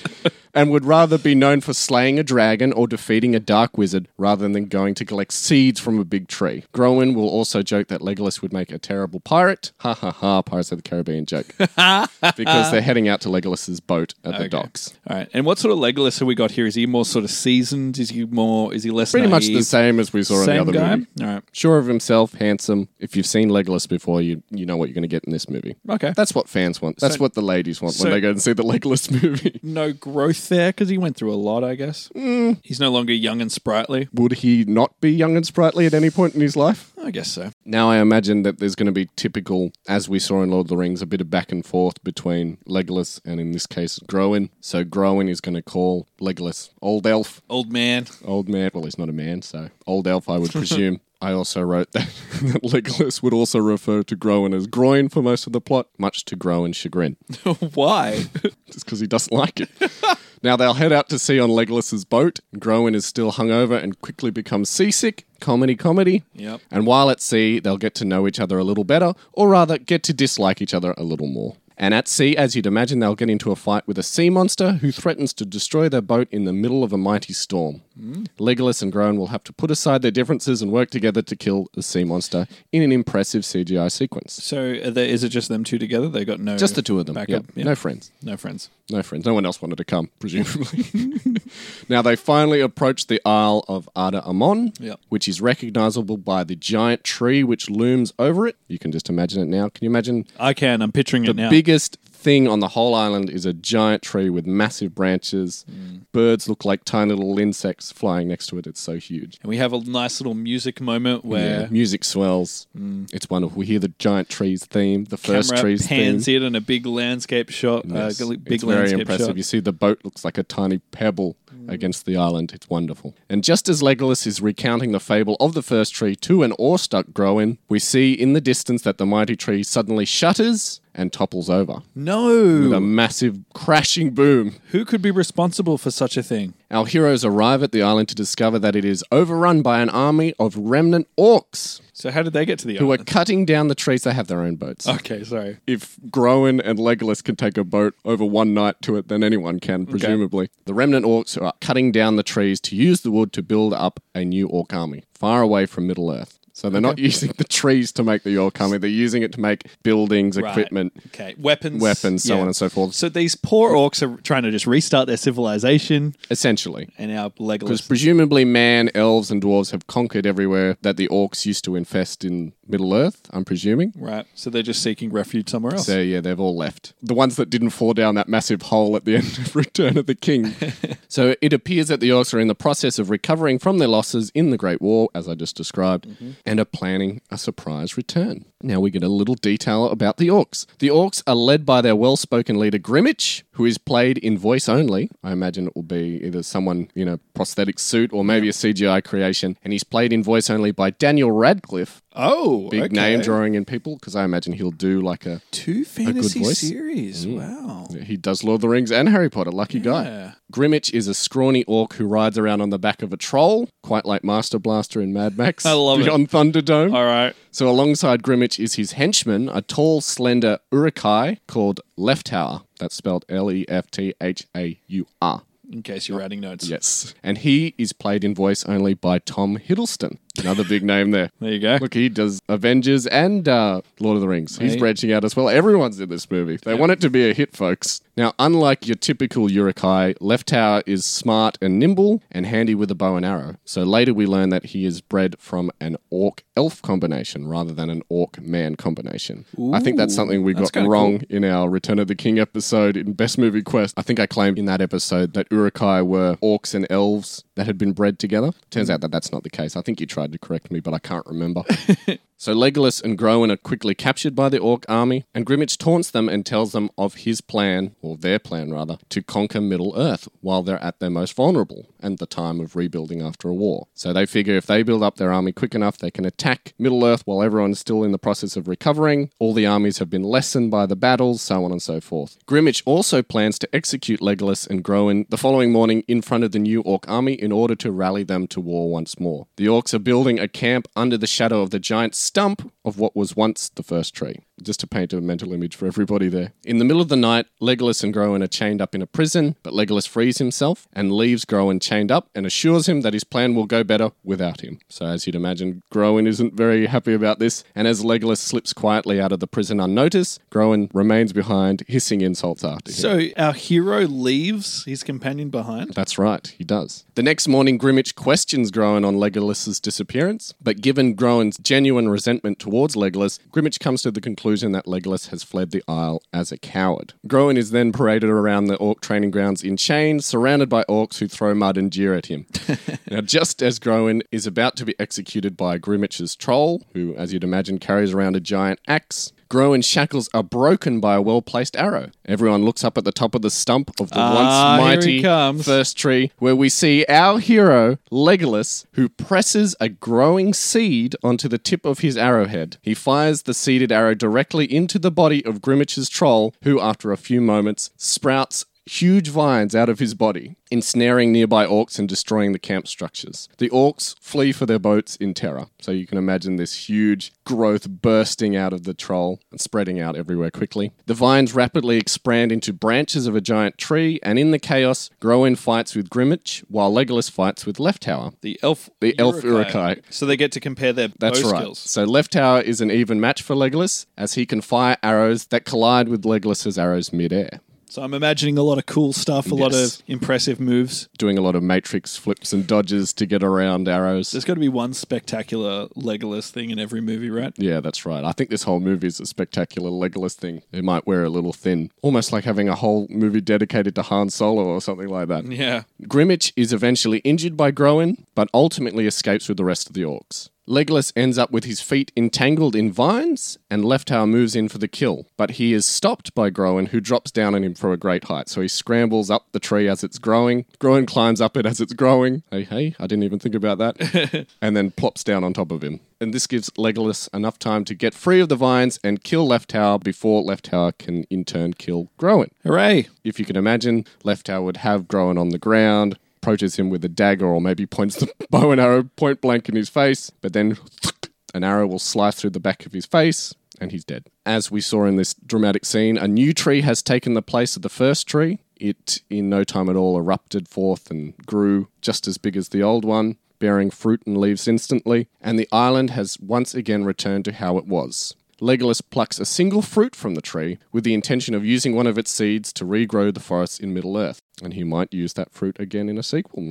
Speaker 2: and would rather be known for slaying a dragon or defeating a dark wizard rather than going to collect seeds from a big tree. Groen will also joke that Legolas would make a terrible pirate. Ha ha ha, Pirates of the Caribbean joke. because
Speaker 1: Uh,
Speaker 2: they're heading out to Legolas's boat at the docks.
Speaker 1: All right. And what sort of Legolas have we got here? Is he more sort of seasoned? Is he more? Is he less?
Speaker 2: Pretty much the
Speaker 1: naive?
Speaker 2: same as we saw in the
Speaker 1: same
Speaker 2: other
Speaker 1: guy.
Speaker 2: movie.
Speaker 1: All right.
Speaker 2: Sure of himself, handsome. If you've seen Legolas before, you you know what you're going to get in this movie.
Speaker 1: Okay.
Speaker 2: That's what fans want. That's what the ladies want when they go and see the Legolas movie.
Speaker 1: no growth there because he went through a lot, I guess.
Speaker 2: Mm.
Speaker 1: He's no longer young and sprightly.
Speaker 2: Would he not be young and sprightly at any point in his life?
Speaker 1: I guess so.
Speaker 2: Now I imagine that there's going to be typical, as we saw in Lord of the Rings, a bit of back and forth between Legolas and, in this case, Groen. So Groen is going to call Legolas old elf,
Speaker 1: Old man.
Speaker 2: old man. Well, he's not a man, so old elf, I would presume. I also wrote that, that Legolas would also refer to Groen as groin for most of the plot, much to Groen's chagrin,
Speaker 1: Why?
Speaker 2: just because he doesn't like it. now they'll head out to sea on Legolas's boat. Groen is still hungover and quickly becomes seasick. Comedy, comedy.
Speaker 1: Yep.
Speaker 2: And while at sea, they'll get to know each other a little better, or rather, get to dislike each other a little more. And at sea, as you'd imagine, they'll get into a fight with a sea monster who threatens to destroy their boat in the middle of a mighty storm.
Speaker 1: Mm.
Speaker 2: Legolas and Groen will have to put aside their differences and work together to kill the sea monster in an impressive CGI sequence.
Speaker 1: so are there, is it just them two together? They got no.
Speaker 2: Just the two of them.
Speaker 1: Backup.
Speaker 2: Yep.
Speaker 1: Yeah.
Speaker 2: No friends.
Speaker 1: No friends.
Speaker 2: No friends. No one else wanted to come, presumably. now they finally approach the Isle of Ada Amon,
Speaker 1: Yep.
Speaker 2: which is recognizable by the giant tree which looms over it. You can just imagine it now. Can you imagine?
Speaker 1: I can. I'm picturing it now. Mm.
Speaker 2: Biggest thing on the whole island is a giant tree with massive branches, birds look like tiny little insects flying next to it. It's so huge.
Speaker 1: And we have a nice little music moment
Speaker 2: Yeah,
Speaker 1: where
Speaker 2: music swells. It's wonderful. We hear the giant trees theme, the first
Speaker 1: Mm. camera
Speaker 2: trees theme.
Speaker 1: pans in and a big landscape shot.
Speaker 2: Yes.
Speaker 1: Uh, big
Speaker 2: it's very
Speaker 1: landscape
Speaker 2: impressive.
Speaker 1: shot. Mm.
Speaker 2: You see the boat looks like a tiny pebble against the island. It's wonderful. And just as Legolas is recounting the fable of the first tree to an awestruck Groen, we see in the distance that the mighty tree suddenly shudders and topples over with
Speaker 1: No,
Speaker 2: a massive crashing boom.
Speaker 1: who could be responsible for such a thing?
Speaker 2: Our heroes arrive at the island to discover that it is overrun by an army of remnant orcs
Speaker 1: So how did they get to the
Speaker 2: who are
Speaker 1: island?
Speaker 2: cutting down the trees. They have their own boats.
Speaker 1: okay, sorry.
Speaker 2: if Groen and Legolas can take a boat over one night to it, then anyone can, presumably. The remnant orcs are cutting down the trees to use the wood to build up a new orc army, far away from Middle Earth. So they're not using the trees to make the orc army, they're using it to make buildings,
Speaker 1: Right.
Speaker 2: equipment,
Speaker 1: Okay, weapons,
Speaker 2: weapons, so
Speaker 1: Yeah.
Speaker 2: on and so forth,
Speaker 1: So these poor orcs are trying to just restart their civilization,
Speaker 2: essentially.
Speaker 1: and our
Speaker 2: Because
Speaker 1: Legolas.
Speaker 2: presumably man, elves, and dwarves have conquered everywhere that the orcs used to infest in Middle Earth, I'm presuming.
Speaker 1: Right, so they're just seeking refuge somewhere else.
Speaker 2: So yeah, they've all left. The ones that didn't fall down that massive hole at the end of Return of the King. so it appears that the orcs are in the process of recovering from their losses in the Great War, as I just described, and are planning a surprise return. Now we get a little detail about the orcs. The orcs are led by their well-spoken leader Grimmich, who is played in voice only. I imagine it will be either someone in a prosthetic suit or maybe a CGI creation, and he's played in voice only by Daniel Radcliffe,
Speaker 1: oh,
Speaker 2: big
Speaker 1: okay.
Speaker 2: name drawing in people, because I imagine he'll do like a
Speaker 1: Two fantasy
Speaker 2: voice. Mm.
Speaker 1: series. Wow.
Speaker 2: he does Lord of the Rings and Harry Potter. Lucky
Speaker 1: Yeah.
Speaker 2: guy. Grimmich is a scrawny orc who rides around on the back of a troll, quite like Master Blaster in Mad Max.
Speaker 1: I love it.
Speaker 2: Beyond Thunderdome.
Speaker 1: All right.
Speaker 2: So alongside Grimmich is his henchman, a tall, slender urukai called Leftower. That's spelled E L-E-F-T-H-A-U-R.
Speaker 1: In case you're writing notes.
Speaker 2: Yes. And he is played in voice only by Tom Hiddleston. Another big name there.
Speaker 1: There you go.
Speaker 2: Look, he does Avengers and uh, Lord of the Rings. He's
Speaker 1: Right.
Speaker 2: branching out as well. Everyone's in this movie. They want it to be a hit, folks. Now, unlike your typical Urukai, Leftower is smart and nimble and handy with a bow and arrow. So later we learn that he is bred from an orc elf combination rather than an orc man combination. I think that's something we got
Speaker 1: kinda
Speaker 2: wrong in our Return of the King episode in Best Movie Quest. I think I claimed in that episode that Urukai were orcs and elves that had been bred together.
Speaker 1: Hmm.
Speaker 2: Turns out that that's not the case. I think you tried to correct me, but I can't remember. So Legolas and Groen are quickly captured by the orc army, and Grimmich taunts them and tells them of his plan, or their plan rather, to conquer Middle Earth while they're at their most vulnerable and the time of rebuilding after a war. So they figure if they build up their army quick enough, they can attack Middle Earth while everyone's still in the process of recovering. All the armies have been lessened by the battles, so on and so forth. Grimmich also plans to execute Legolas and Groen the following morning in front of the new orc army in order to rally them to war once more. The orcs are building a camp under the shadow of the giant stump of what was once the first tree. Just to paint a mental image for everybody there. In the middle of the night, Legolas and Groen are chained up in a prison, but Legolas frees himself and leaves Groen chained up and assures him that his plan will go better without him. So, as you'd imagine, Groen isn't very happy about this, and as Legolas slips quietly out of the prison unnoticed, Groen remains behind, hissing insults after him.
Speaker 1: So our hero leaves his companion behind.
Speaker 2: That's right, he does. The next morning, Grimmich questions Groen on Legolas's disappearance, but given Groen's genuine resentment towards Legolas, Grimmich comes to the conclusion that Legolas has fled the Isle as a coward. Groen is then paraded around the orc training grounds in chains, surrounded by orcs who throw mud and jeer at him. now, just as Groen is about to be executed by Grimmich's troll, who, as you'd imagine, carries around a giant axe, Groen's shackles are broken by a well placed arrow. Everyone looks up at the top of the stump of the
Speaker 1: Ah,
Speaker 2: once
Speaker 1: here he
Speaker 2: mighty
Speaker 1: comes.
Speaker 2: first tree where we see our hero Legolas who presses a growing seed onto the tip of his arrowhead. He fires the seeded arrow directly into the body of Grimmich's troll who after a few moments sprouts huge vines out of his body, ensnaring nearby orcs and destroying the camp structures. The orcs flee for their boats in terror. So you can imagine this huge growth bursting out of the troll and spreading out everywhere quickly. The vines rapidly expand into branches of a giant tree, and in the chaos, Groen fights with Grimmich while Legolas fights with Leftower.
Speaker 1: The elf.
Speaker 2: The elf Urukai.
Speaker 1: So they get to compare their
Speaker 2: That's
Speaker 1: bow
Speaker 2: right.
Speaker 1: skills.
Speaker 2: So Leftower is an even match for Legolas, as he can fire arrows that collide with Legolas's arrows midair.
Speaker 1: So I'm imagining a lot of cool stuff, a lot
Speaker 2: Yes.
Speaker 1: of impressive moves.
Speaker 2: Doing a lot of matrix flips and dodges to get around arrows.
Speaker 1: There's got to be one spectacular Legolas thing in every movie, right?
Speaker 2: Yeah, that's right. I think this whole movie is a spectacular Legolas thing. It might wear a little thin, almost like having a whole movie dedicated to Han Solo or something like that.
Speaker 1: Yeah.
Speaker 2: Grimmich is eventually injured by Groen, but ultimately escapes with the rest of the orcs. Legolas ends up with his feet entangled in vines, and Leftower moves in for the kill. But he is stopped by Groen, who drops down on him from a great height. So he scrambles up the tree as it's growing. Groen climbs up it as it's growing. Hey, hey, I didn't even think about that. and then plops down on top of him. And this gives Legolas enough time to get free of the vines and kill Leftower before Leftower can in turn kill Groen.
Speaker 1: Hooray!
Speaker 2: If you can imagine, Leftow would have Groen on the ground, approaches him with a dagger, or maybe points the bow and arrow point blank in his face, but then an arrow will slice through the back of his face. And he's dead. As we saw in this dramatic scene, a new tree has taken the place of the first tree. It, in no time at all, erupted forth and grew just as big as the old one, bearing fruit and leaves instantly. And the island has once again returned to how it was. Legolas plucks a single fruit from the tree with the intention of using one of its seeds to regrow the forests in Middle Earth. And he might use that fruit again in a sequel.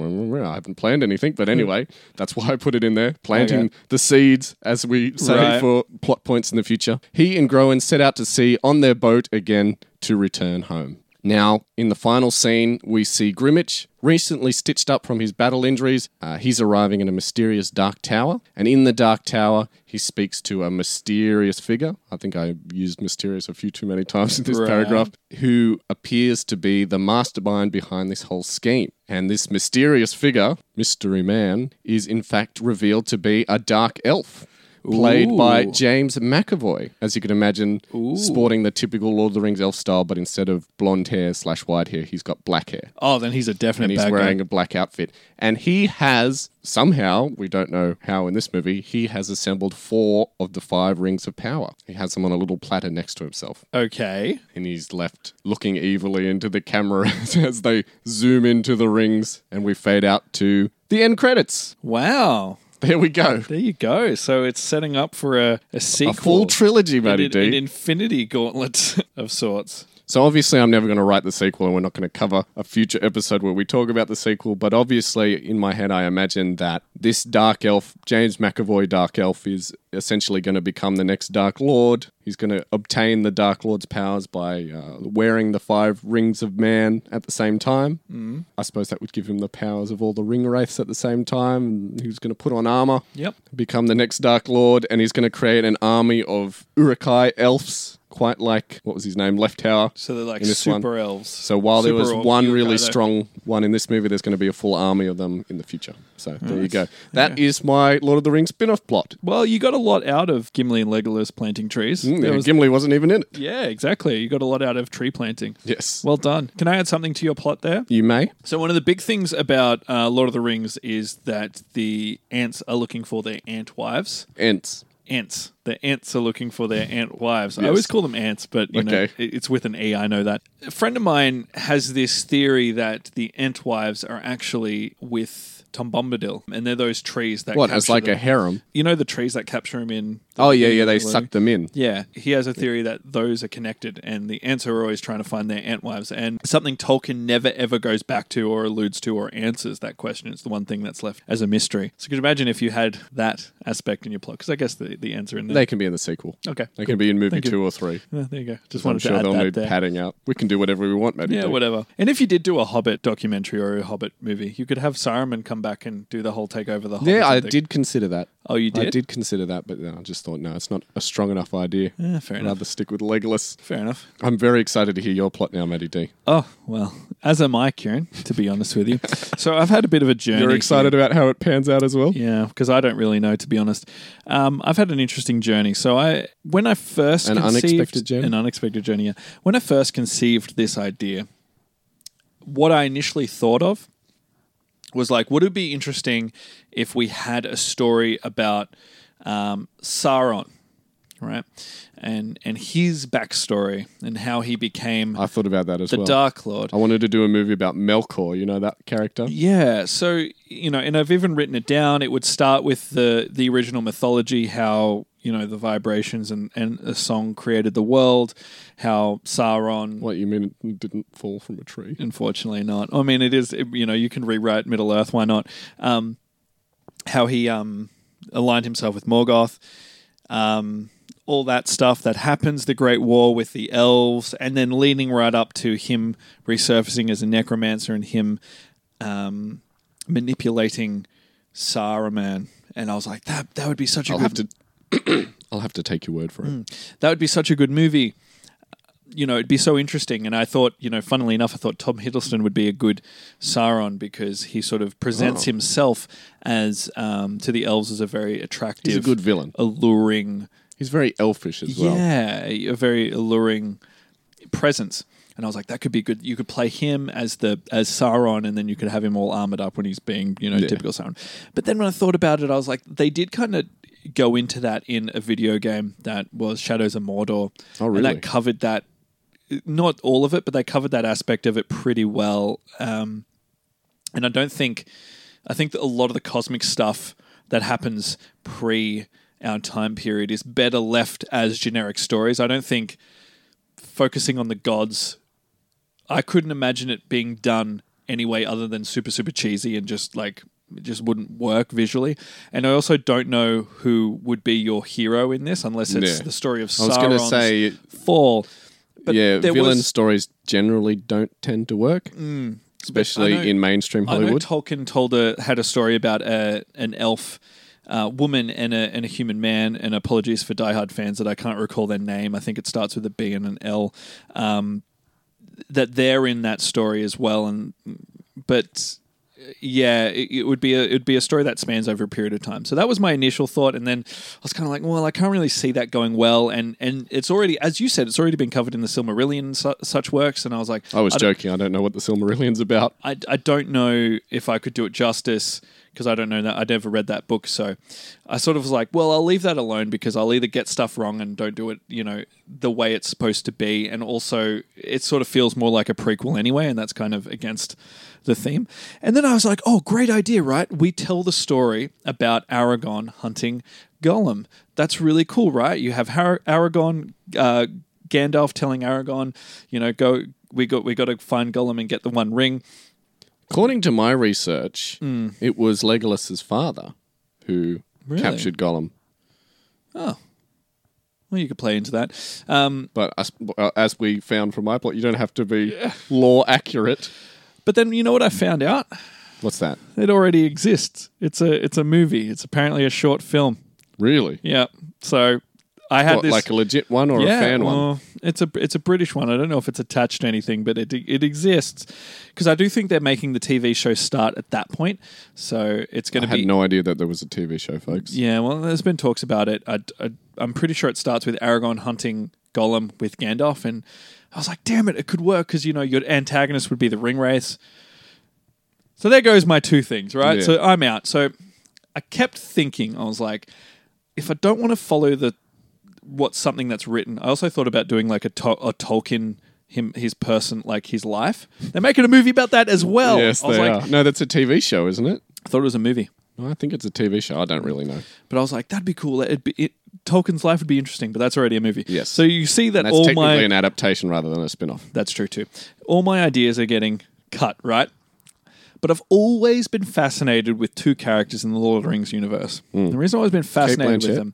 Speaker 2: I haven't planned anything, but anyway, that's why I put it in there. Planting the seeds, as we say,
Speaker 1: Right.
Speaker 2: for plot points in the future. He and Groen set out to sea on their boat again to return home. Now, in the final scene, we see Grimmich, recently stitched up from his battle injuries. Uh, he's arriving in a mysterious dark tower, and in the dark tower, he speaks to a mysterious figure. I think I used mysterious a few too many times in this
Speaker 1: Right.
Speaker 2: paragraph,
Speaker 1: Uh-huh.
Speaker 2: who appears to be the mastermind behind this whole scheme. And this mysterious figure, Mystery Man, is in fact revealed to be a dark elf. Played by
Speaker 1: Ooh.
Speaker 2: James McAvoy, as you can imagine, sporting the typical Lord of the Rings elf style, but instead of blonde hair slash white hair, he's got black hair
Speaker 1: Oh, then he's a definite
Speaker 2: and he's
Speaker 1: bad
Speaker 2: wearing
Speaker 1: guy.
Speaker 2: a black outfit. And he has somehow, we don't know how in this movie, he has assembled four of the five rings of power. He has them on a little platter next to himself,
Speaker 1: Okay.
Speaker 2: and he's left looking evilly into the camera as, as they zoom into the rings, and we fade out to the end credits.
Speaker 1: Wow.
Speaker 2: There we go.
Speaker 1: There you go. So it's setting up for a, a sequel.
Speaker 2: A full trilogy,
Speaker 1: an,
Speaker 2: Matty
Speaker 1: an
Speaker 2: D.
Speaker 1: infinity gauntlet of sorts.
Speaker 2: So obviously, I'm never going to write the sequel, and we're not going to cover a future episode where we talk about the sequel. But obviously, in my head, I imagine that this Dark Elf, James McAvoy Dark Elf, is essentially going to become the next Dark Lord. He's going to obtain the Dark Lord's powers by uh, wearing the five rings of man at the same time. Mm. I suppose that would give him the powers of all the ring wraiths at the same time. And he was going to put on armor
Speaker 1: Yep.
Speaker 2: become the next Dark Lord, and he's going to create an army of Urukai elves, quite like what was his name, Left Tower.
Speaker 1: So they're like
Speaker 2: In this one.
Speaker 1: super elves.
Speaker 2: So while there was
Speaker 1: Super orc,
Speaker 2: one
Speaker 1: you
Speaker 2: really
Speaker 1: go there.
Speaker 2: strong one in this movie, there's going to be a full army of them in the future. So there you go. That is my Lord of the Rings spin-off plot.
Speaker 1: Well, you got a lot out of Gimli and Legolas planting trees.
Speaker 2: Mm,
Speaker 1: There
Speaker 2: yeah,
Speaker 1: was-
Speaker 2: Gimli wasn't even in it.
Speaker 1: yeah, exactly. You got a lot out of tree planting.
Speaker 2: Yes.
Speaker 1: Well done. Can I add something to your plot there?
Speaker 2: you may.
Speaker 1: So one of the big things about uh, Lord of the Rings is that the ants are looking for their ant wives.
Speaker 2: Ents.
Speaker 1: Ants. The ants are looking for their ant wives. I always call them ants, but you know,
Speaker 2: Okay.
Speaker 1: it- it's with an e. I know that. A friend of mine has this theory that the ant wives are actually with Tom Bombadil, and they're those trees that
Speaker 2: What, as
Speaker 1: capture
Speaker 2: like a
Speaker 1: them.
Speaker 2: harem?
Speaker 1: you know the trees that capture him in. the
Speaker 2: Oh, yeah,
Speaker 1: beginning
Speaker 2: yeah,
Speaker 1: of
Speaker 2: they
Speaker 1: the movie?
Speaker 2: sucked them in.
Speaker 1: Yeah, he has a theory that those are connected, and the ants are always trying to find their ant wives. And something Tolkien never ever goes back to, or alludes to, or answers that question. It's the one thing that's left as a mystery. So, could you imagine if you had that aspect in your plot? Because I guess the, the ants are in there.
Speaker 2: They can be in the sequel.
Speaker 1: okay,
Speaker 2: They can be in movie
Speaker 1: Thank you.
Speaker 2: two or three.
Speaker 1: Uh, there you go. Just
Speaker 2: I'm
Speaker 1: wanted to
Speaker 2: sure
Speaker 1: add
Speaker 2: they'll
Speaker 1: that
Speaker 2: need
Speaker 1: there.
Speaker 2: padding out. We can do whatever we want, Matty.
Speaker 1: Yeah,
Speaker 2: D.
Speaker 1: whatever. And if you did do a Hobbit documentary or a Hobbit movie, you could have Saruman come back and do the whole takeover. The Hobbit
Speaker 2: Yeah, I
Speaker 1: and thing.
Speaker 2: did consider that.
Speaker 1: Oh, you did.
Speaker 2: I did consider that, but then I just thought, no, it's not a strong enough idea.
Speaker 1: Yeah, Ah, fair
Speaker 2: I'd
Speaker 1: enough.
Speaker 2: rather stick with Legolas.
Speaker 1: Fair enough.
Speaker 2: I'm very excited to hear your plot now, Matty D.
Speaker 1: Oh, well, as am I, Kieran, to be honest with you. So I've had a bit of a journey.
Speaker 2: You're excited about how it pans out as well?
Speaker 1: here. Yeah, because I don't really know, to be honest. Um, I've had an interesting journey. So I, when I first
Speaker 2: An
Speaker 1: conceived-
Speaker 2: unexpected journey?
Speaker 1: an unexpected journey. Yeah. When I first conceived this idea, what I initially thought of was like, would it be interesting if we had a story about um, Sauron, right, and and his backstory and how he became
Speaker 2: I thought about that as
Speaker 1: the
Speaker 2: well.
Speaker 1: Dark Lord.
Speaker 2: I wanted to do a movie about Melkor, you know that character?
Speaker 1: Yeah, so you know, and I've even written it down. It would start with the the original mythology, how you know the vibrations and and the song created the world, how Sauron.
Speaker 2: What you mean it didn't fall from a tree?
Speaker 1: Unfortunately, not. I mean, it is. it- You know, you can rewrite Middle Earth. Why not? Um, how he um, aligned himself with Morgoth, um, all that stuff that happens. The Great War with the elves, and then leading right up to him resurfacing as a necromancer and him um, manipulating Saruman, and I was like, that that would be such a
Speaker 2: I'll
Speaker 1: good
Speaker 2: have to. I'll have to take your word for it.
Speaker 1: Hmm, that would be such a good movie. You know, it'd be so interesting. And I thought, you know, funnily enough, I thought Tom Hiddleston would be a good Sauron because he sort of presents
Speaker 2: Oh.
Speaker 1: himself as um, to the elves as a very attractive,
Speaker 2: He's a good villain.
Speaker 1: alluring,
Speaker 2: He's very elfish as well.
Speaker 1: yeah, a very alluring presence. And I was like, that could be good. You could play him as the as Sauron, and then you could have him all armored up when he's being, you know, typical Sauron. But then when I thought about it, I was like, they did kind of go into that in a video game that was Shadows of Mordor.
Speaker 2: Oh,
Speaker 1: And
Speaker 2: really?
Speaker 1: that covered that, not all of it, but they covered that aspect of it pretty well. Um, and I don't think, I think that a lot of the cosmic stuff that happens pre our time period is better left as generic stories. I don't think focusing on the gods, I couldn't imagine it being done anyway other than super, super cheesy and just like, it just wouldn't work visually. And I also don't know who would be your hero in this unless it's
Speaker 2: Yeah.
Speaker 1: the story of Sauron's
Speaker 2: I was gonna say-
Speaker 1: fall. But
Speaker 2: yeah,
Speaker 1: there
Speaker 2: villain
Speaker 1: was- Hmm,
Speaker 2: stories generally don't tend to work, especially
Speaker 1: know-
Speaker 2: in mainstream
Speaker 1: I know
Speaker 2: Hollywood.
Speaker 1: Tolkien told a had a story about a, an elf uh, woman and a and a human man. And apologies for diehard fans that I can't recall their name. I think it starts with a B and an L. Um, that they're in that story as well. And but yeah, it, it would be a it would be a story that spans over a period of time. So that was my initial thought, and then I was kind of like, well, I can't really see that going well, and and it's already, as you said, it's already been covered in the Silmarillion and su- such works, and I was like,
Speaker 2: I was
Speaker 1: I don't-
Speaker 2: joking. I don't know what the Silmarillion's about.
Speaker 1: I, I don't know if I could do it justice because I don't know that I never read that book. So I sort of was like, well, I'll leave that alone because I'll either get stuff wrong and don't do it, you know, the way it's supposed to be. And also, it sort of feels more like a prequel anyway. And that's kind of against the theme. And then I was like, oh, great idea, right? We tell the story about Aragon hunting Gollum. That's really cool, right? You have Har- Aragon. Uh, Gandalf telling Aragon, you know, go. We got. We got to find Gollum and get the One Ring.
Speaker 2: According to my research, it was Legolas's father who
Speaker 1: Hmm. Really?
Speaker 2: captured Gollum.
Speaker 1: Well, you could play into that. Um,
Speaker 2: But as, uh, as we found from my plot, you don't have to be law accurate.
Speaker 1: but then you know what I found out?
Speaker 2: What's that?
Speaker 1: It already exists. It's a it's a movie. It's apparently a short film.
Speaker 2: Really?
Speaker 1: Yeah. So I had
Speaker 2: What,
Speaker 1: this
Speaker 2: like a legit one or a fan one?
Speaker 1: well, It's a it's a British one. I don't know if it's attached to anything, but it it exists because I do think they're making the TV show start at that point. So it's going
Speaker 2: I
Speaker 1: to
Speaker 2: had
Speaker 1: be
Speaker 2: no idea that there was a TV show, folks.
Speaker 1: Yeah, well, there's been talks about it. I, I, I'm pretty sure it starts with Aragorn hunting Gollum with Gandalf, and I was like, damn it, it could work because you know your antagonist would be the ring race. So there goes my two things, right?
Speaker 2: Yeah.
Speaker 1: So I'm out. So I kept thinking, I was like, if I don't want to follow the what's something that's written, I also thought about doing like a, to- a Tolkien him his person like his life. They're making a movie about that as well.
Speaker 2: Yes,
Speaker 1: I was
Speaker 2: they
Speaker 1: like,
Speaker 2: are. No, that's a TV show, isn't it?
Speaker 1: I thought it was a movie.
Speaker 2: No, I think it's a TV show. I don't really know.
Speaker 1: But I was like, that'd be cool. It'd be, it, Tolkien's life would be interesting, but that's already a movie.
Speaker 2: Yes.
Speaker 1: So you see that
Speaker 2: That's
Speaker 1: all
Speaker 2: technically
Speaker 1: my
Speaker 2: an adaptation rather than a spin off.
Speaker 1: that's true too. All my ideas are getting cut, right? But I've always been fascinated with two characters in the Lord of the Rings universe. The reason I've always been fascinated with
Speaker 2: Hmm. Blanchett?
Speaker 1: them,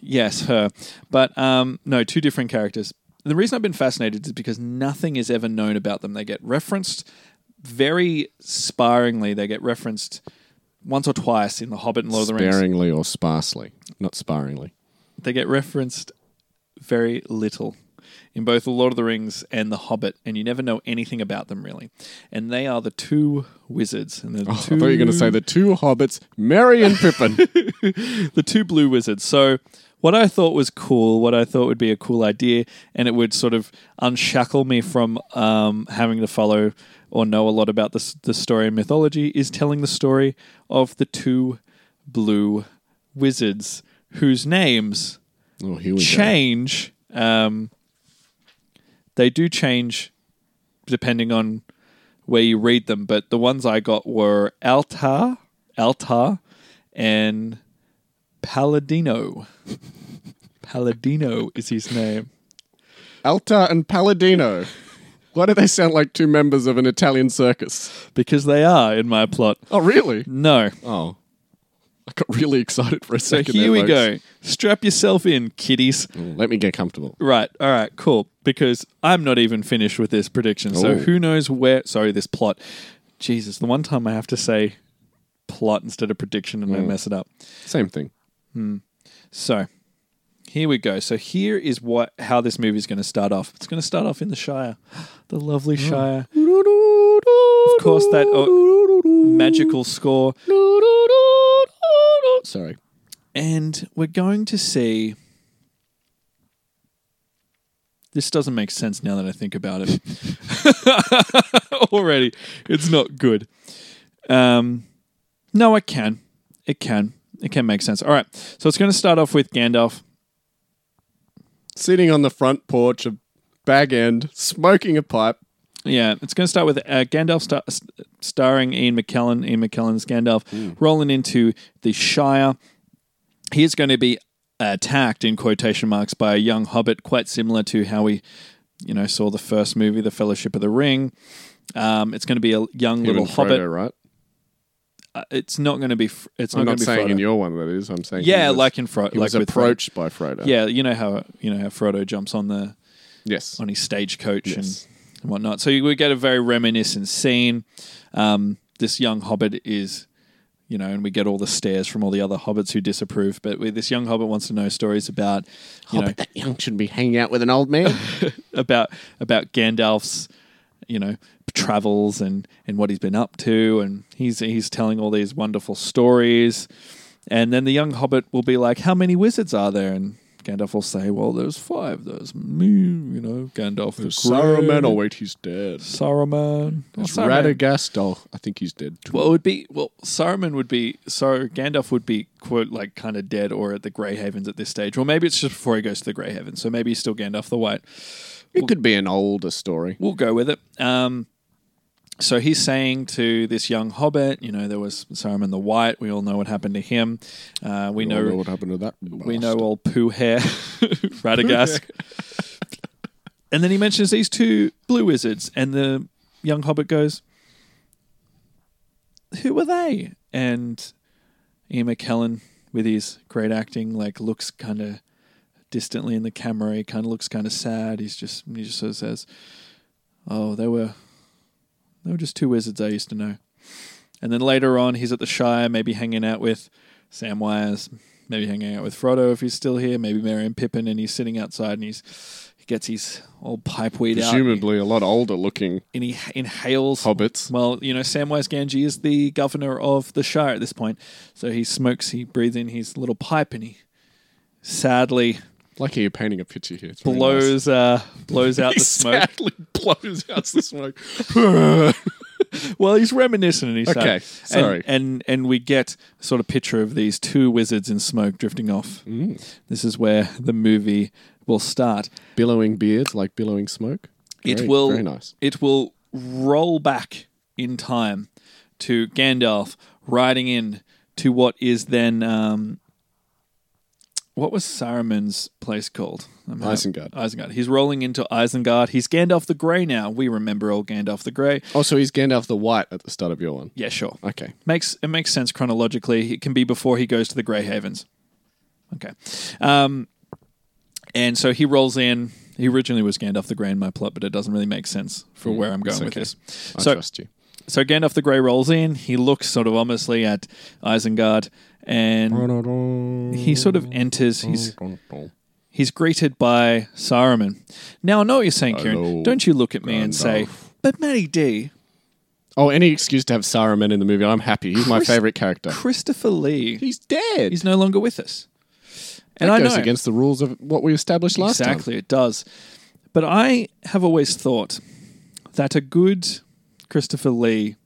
Speaker 1: yes, her, but um, no, two different characters. The reason I've been fascinated is because nothing is ever known about them. They get referenced very sparingly. They get referenced once or twice in The Hobbit and Lord of the Rings.
Speaker 2: Sparingly or sparsely. Not sparingly.
Speaker 1: they get referenced very little in both the Lord of the Rings and the Hobbit, and you never know anything about them really. And they are the two wizards, and the
Speaker 2: I thought you were going to say the two hobbits, Merry and Pippin.
Speaker 1: the two blue wizards. So what I thought was cool, what I thought would be a cool idea, and it would sort of unshackle me from um, having to follow or know a lot about this the story and mythology, is telling the story of the two blue wizards whose names
Speaker 2: oh, here we go.
Speaker 1: change. Um, they do change depending on where you read them, but the ones I got were Altar, Altar, and Paladino. Paladino is his name.
Speaker 2: Alta and Palladino. Why do they sound like two members of an Italian circus?
Speaker 1: Because they are in my plot.
Speaker 2: Oh, really?
Speaker 1: No.
Speaker 2: Oh. I got really excited for a
Speaker 1: So
Speaker 2: second.
Speaker 1: here
Speaker 2: there,
Speaker 1: we
Speaker 2: folks.
Speaker 1: go. Strap yourself in, kiddies.
Speaker 2: Let me get comfortable.
Speaker 1: Right. All right. Cool. Because I'm not even finished with this prediction. So
Speaker 2: Ooh.
Speaker 1: who knows where? Sorry, this plot. Jesus, the one time I have to say plot instead of prediction and I mess it up.
Speaker 2: Same thing.
Speaker 1: So here we go. So here is what how this movie is going to start off. It's going to start off in the Shire, the lovely Shire.
Speaker 2: Mm. Of
Speaker 1: course, that, oh, Magical score,
Speaker 2: Sorry.
Speaker 1: and we're going to see. This doesn't make sense now that I think about it. Already, it's not good. Um, no, it can. It can. It can make sense. All right. So it's going to start off with Gandalf.
Speaker 2: Sitting on the front porch of Bag End, smoking a pipe.
Speaker 1: Yeah, it's going to start with uh, Gandalf star- s- starring Ian McKellen. Ian McKellen's Gandalf
Speaker 2: Hmm.
Speaker 1: rolling into the Shire. He's going to be attacked in quotation marks by a young hobbit, quite similar to how we, you know, saw the first movie, The Fellowship of the Ring. Um, it's going to be a young
Speaker 2: Him
Speaker 1: little
Speaker 2: and
Speaker 1: hobbit.
Speaker 2: Frodo, right?
Speaker 1: Uh, it's not going to be. Fr- It's
Speaker 2: I'm
Speaker 1: not,
Speaker 2: not
Speaker 1: going to
Speaker 2: saying
Speaker 1: be.
Speaker 2: in
Speaker 1: Frodo.
Speaker 2: your one that is. I'm saying
Speaker 1: yeah,
Speaker 2: he was,
Speaker 1: like in Frodo,
Speaker 2: he
Speaker 1: like
Speaker 2: was
Speaker 1: with Frodo.
Speaker 2: approached by Frodo.
Speaker 1: Yeah, you know how you know how Frodo jumps on the
Speaker 2: Yes.
Speaker 1: on his stagecoach
Speaker 2: Yes.
Speaker 1: and whatnot. So you would get a very reminiscent scene. Um, this young hobbit is, you know, and we get all the stares from all the other hobbits who disapprove. But we, this young hobbit wants to know stories about, you
Speaker 2: Hobbit, that young shouldn't be hanging out with an old man.
Speaker 1: know, about about Gandalf's, you know, travels and and what he's been up to, and he's he's telling all these wonderful stories. And then the young hobbit will be like, "How many wizards are there?" And Gandalf will say, "Well, there's five. There's me, you know, Gandalf the
Speaker 2: Saruman,
Speaker 1: Great."
Speaker 2: oh wait, he's dead.
Speaker 1: Saruman. Well,
Speaker 2: It's
Speaker 1: Saruman.
Speaker 2: Radagast, oh, I think he's dead too.
Speaker 1: Well, it would be well. Saruman would be so Gandalf would be quote like kind of dead or at the Grey Havens at this stage, or maybe it's just before he goes to the Grey Havens. So maybe he's still Gandalf the White.
Speaker 2: It could be an older story.
Speaker 1: We'll go with it. Um, so he's saying to this young hobbit, you know, there was Saruman the White. We all know what happened to him. Uh, we
Speaker 2: I don't know
Speaker 1: know
Speaker 2: what happened to that.
Speaker 1: we know old poo hair, Radagast. and then he mentions these two blue wizards, and the young hobbit goes, "Who are they?" And Ian McKellen, with his great acting, like looks kind of distantly in the camera. He kind of looks kind of sad. He's just he just sort of says, "Oh, they were they were just two wizards I used to know." And then later on, he's at the Shire, maybe hanging out with Samwise, maybe hanging out with Frodo if he's still here, maybe Merry and Pippin, and he's sitting outside and he's he gets his old pipe weed out
Speaker 2: Presumably a lot older looking
Speaker 1: and he inhales.
Speaker 2: hobbits.
Speaker 1: Well, you know, Samwise Gamgee is the governor of the Shire at this point, so he smokes, he breathes in his little pipe, and he sadly
Speaker 2: Lucky you're painting a picture here. It's very nice.
Speaker 1: blows uh, blows out
Speaker 2: He
Speaker 1: the smoke.
Speaker 2: sadly blows out the smoke.
Speaker 1: Well, he's reminiscent and he's sad.
Speaker 2: Okay,
Speaker 1: And-
Speaker 2: sorry.
Speaker 1: And, and we get a sort of picture of these two wizards in smoke drifting off.
Speaker 2: Mm.
Speaker 1: This is where the movie will start.
Speaker 2: billowing beards like billowing smoke. Very-
Speaker 1: it will
Speaker 2: very nice.
Speaker 1: It will roll back in time to Gandalf riding in to what is then um, what was Saruman's place called? I'm out-
Speaker 2: Isengard.
Speaker 1: Isengard. He's rolling into Isengard. He's Gandalf the Grey now. We remember old Gandalf the Grey.
Speaker 2: Oh, so he's Gandalf the White at the start of your one.
Speaker 1: Yeah, sure.
Speaker 2: Okay.
Speaker 1: Makes it makes sense chronologically. It can be before he goes to the Grey Havens. Okay. Um, and so he rolls in. He originally was Gandalf the Grey in my plot, but it doesn't really make sense for where I'm going with
Speaker 2: Mm, okay.
Speaker 1: this.
Speaker 2: I
Speaker 1: so
Speaker 2: trust you.
Speaker 1: so Gandalf the Grey rolls in. He looks sort of ominously at Isengard, and he sort of enters. He's he's greeted by Saruman. Now I know what you're saying, Kieran.
Speaker 2: Hello,
Speaker 1: Don't you look at me and say,
Speaker 2: Gandalf.
Speaker 1: "But Matty D,
Speaker 2: Oh, any excuse to have Saruman in the movie, I'm happy. He's my
Speaker 1: Chris-
Speaker 2: favorite character.
Speaker 1: Christopher Lee."
Speaker 2: He's dead.
Speaker 1: He's no longer with us. And
Speaker 2: that
Speaker 1: I
Speaker 2: goes
Speaker 1: know
Speaker 2: against the rules of what we established last time.
Speaker 1: exactly it does. But I have always thought that a good Christopher Lee,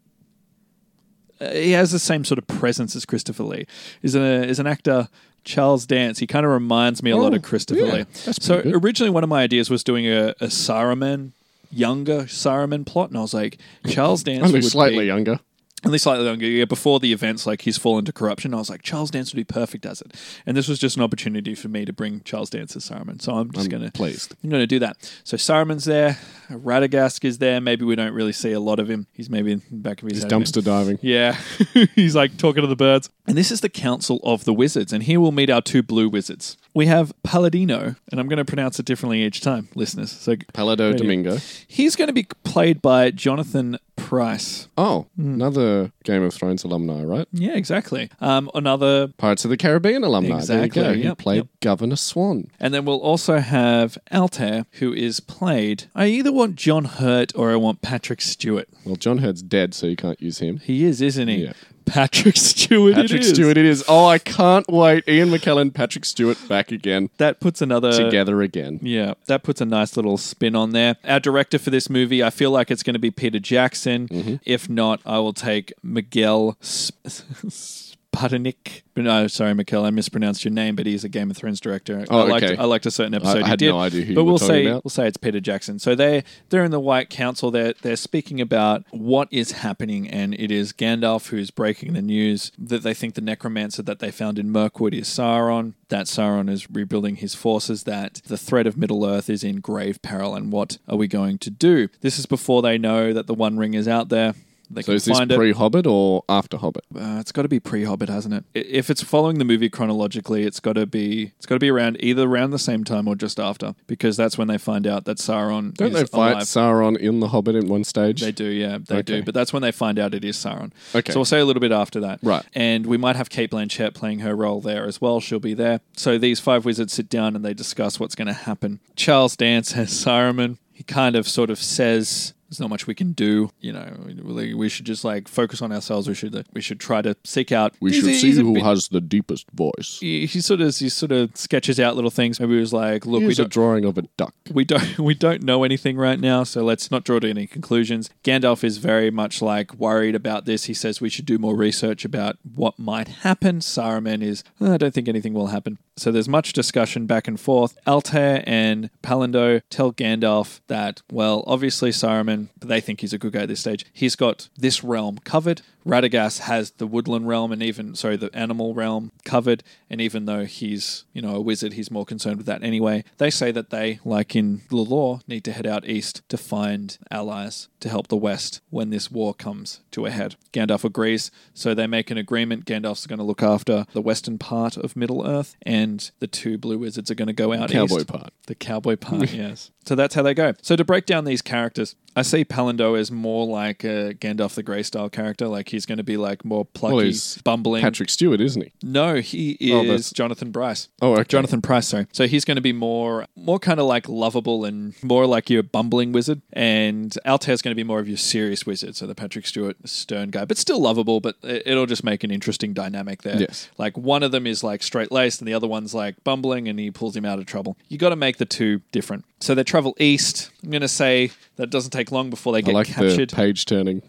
Speaker 1: uh, he has the same sort of presence as Christopher Lee. Is an is an actor Charles Dance. He kind of reminds me a lot
Speaker 2: Oh,
Speaker 1: of Christopher
Speaker 2: yeah,
Speaker 1: Lee.
Speaker 2: that's
Speaker 1: So
Speaker 2: pretty good.
Speaker 1: originally, one of my ideas was doing a, a Saruman. Younger Saruman plot, and I was like, Charles Dance
Speaker 2: Only
Speaker 1: would be-
Speaker 2: slightly younger.
Speaker 1: at least slightly longer. Yeah, before the events, like he's fallen to corruption. I was like, Charles Dance would be perfect as it. And this was just an opportunity for me to bring Charles Dance as Saruman. So I'm just gonna
Speaker 2: pleased.
Speaker 1: I'm gonna do that. So Saruman's there, Radagast is there. Maybe we don't really see a lot of him. He's maybe in the back of his
Speaker 2: He's
Speaker 1: head.
Speaker 2: dumpster diving.
Speaker 1: Yeah, he's like talking to the birds. And this is the Council of the Wizards. And here we'll meet our two blue wizards. We have Paladino, and I'm going to pronounce it differently each time, listeners. So
Speaker 2: Palado Domingo.
Speaker 1: He's going to be played by Jonathan Price.
Speaker 2: Oh,
Speaker 1: Hmm.
Speaker 2: another Game of Thrones alumni, right?
Speaker 1: Yeah, exactly. Um, another,
Speaker 2: Pirates of the Caribbean alumni.
Speaker 1: Exactly,
Speaker 2: There you go. He
Speaker 1: yep,
Speaker 2: played
Speaker 1: yep.
Speaker 2: Governor Swan.
Speaker 1: and then we'll also have Altair, who is played. I either want John Hurt or I want Patrick Stewart.
Speaker 2: Well, John Hurt's dead, so you can't use him.
Speaker 1: He is, isn't he?
Speaker 2: Yeah.
Speaker 1: Patrick Stewart. it
Speaker 2: Patrick
Speaker 1: is.
Speaker 2: Stewart, it is. Oh, I can't wait. Ian McKellen, Patrick Stewart back again,
Speaker 1: That puts another
Speaker 2: together again.
Speaker 1: Yeah, that puts a nice little spin on there. Our director for this movie, I feel like it's going to be Peter Jackson.
Speaker 2: Mm-hmm.
Speaker 1: If not, I will take Miguel Sp- Sputnik. No, sorry, Miguel, I mispronounced your name, but he's a Game of Thrones director.
Speaker 2: Oh,
Speaker 1: I liked,
Speaker 2: okay.
Speaker 1: I liked a certain episode
Speaker 2: I
Speaker 1: he
Speaker 2: had
Speaker 1: did,
Speaker 2: no idea who you
Speaker 1: but
Speaker 2: were
Speaker 1: we'll
Speaker 2: talking
Speaker 1: say
Speaker 2: about.
Speaker 1: we'll say it's Peter Jackson. So they they're in the White Council. They're they're speaking about what is happening, and it is Gandalf who's breaking the news that they think the necromancer that they found in Mirkwood is Sauron. That Sauron is rebuilding his forces. That the threat of Middle Earth is in grave peril, and what are we going to do? This is before they know that the One Ring is out there. They
Speaker 2: So
Speaker 1: can
Speaker 2: is this
Speaker 1: find it
Speaker 2: pre Hobbit or after Hobbit?
Speaker 1: uh, it's got to be pre-Hobbit, hasn't it? I- If it's following the movie chronologically, it's got to be it's got to be around either around the same time or just after, because that's when they find out that Sauron
Speaker 2: Don't
Speaker 1: is
Speaker 2: they fight
Speaker 1: alive.
Speaker 2: Sauron in the Hobbit at one stage?
Speaker 1: They do, yeah, they
Speaker 2: Okay.
Speaker 1: do. But that's when they find out it is Sauron.
Speaker 2: Okay.
Speaker 1: So we'll say a little bit after that.
Speaker 2: Right.
Speaker 1: And we might have Kate Blanchett playing her role there as well. She'll be there. So these five wizards sit down and they discuss what's going to happen. Charles Dance as Saruman. He kind of sort of says. There's not much we can do, you know. We we should just like focus on ourselves. We should like, we should try to seek out.
Speaker 2: We
Speaker 1: He's
Speaker 2: should
Speaker 1: a-
Speaker 2: see
Speaker 1: he's a
Speaker 2: who
Speaker 1: bit-
Speaker 2: has the deepest voice.
Speaker 1: he, he sort of he sort of sketches out little things. Maybe he was like, look, we
Speaker 2: Here's a
Speaker 1: don't,
Speaker 2: drawing of a duck.
Speaker 1: we don't we don't know anything right now, so let's not draw to any conclusions. Gandalf is very much like worried about this. He says we should do more research about what might happen. Saruman is "Oh, I don't think anything will happen. So there's much discussion back and forth. Altair and Palando tell Gandalf that well, obviously Saruman, they think he's a good guy at this stage. He's got this realm covered. Radagast has the woodland realm and even sorry the animal realm covered and even though he's you know a wizard he's more concerned with that anyway they say that they like in the law need to head out east to find allies to help the west when this war comes to a head Gandalf agrees so they make an agreement Gandalf's going to look after the western part of Middle Earth and the two blue wizards are going to go out
Speaker 2: Cowboy
Speaker 1: east.
Speaker 2: part.
Speaker 1: The cowboy part, yes. So that's how they go. So to break down these characters, I see Palando as more like a Gandalf the Grey style character. Like he's going to be like more plucky,
Speaker 2: Well, he's
Speaker 1: bumbling.
Speaker 2: Patrick Stewart, isn't he?
Speaker 1: no, he
Speaker 2: Oh,
Speaker 1: is
Speaker 2: that's-
Speaker 1: Jonathan Bryce.
Speaker 2: Oh, okay.
Speaker 1: Jonathan Price, sorry. So he's going to be more, more kind of like lovable and more like your bumbling wizard. And Altair's going to be more of your serious wizard. So the Patrick Stewart stern guy, but still lovable. But it- it'll just make an interesting dynamic there.
Speaker 2: Yes.
Speaker 1: Like one of them is like straight laced, and the other one's like bumbling, and he pulls him out of trouble. You got to make the two different. So they travel east. I'm going to say that doesn't take long before they
Speaker 2: I
Speaker 1: get
Speaker 2: like
Speaker 1: captured.
Speaker 2: the page turning.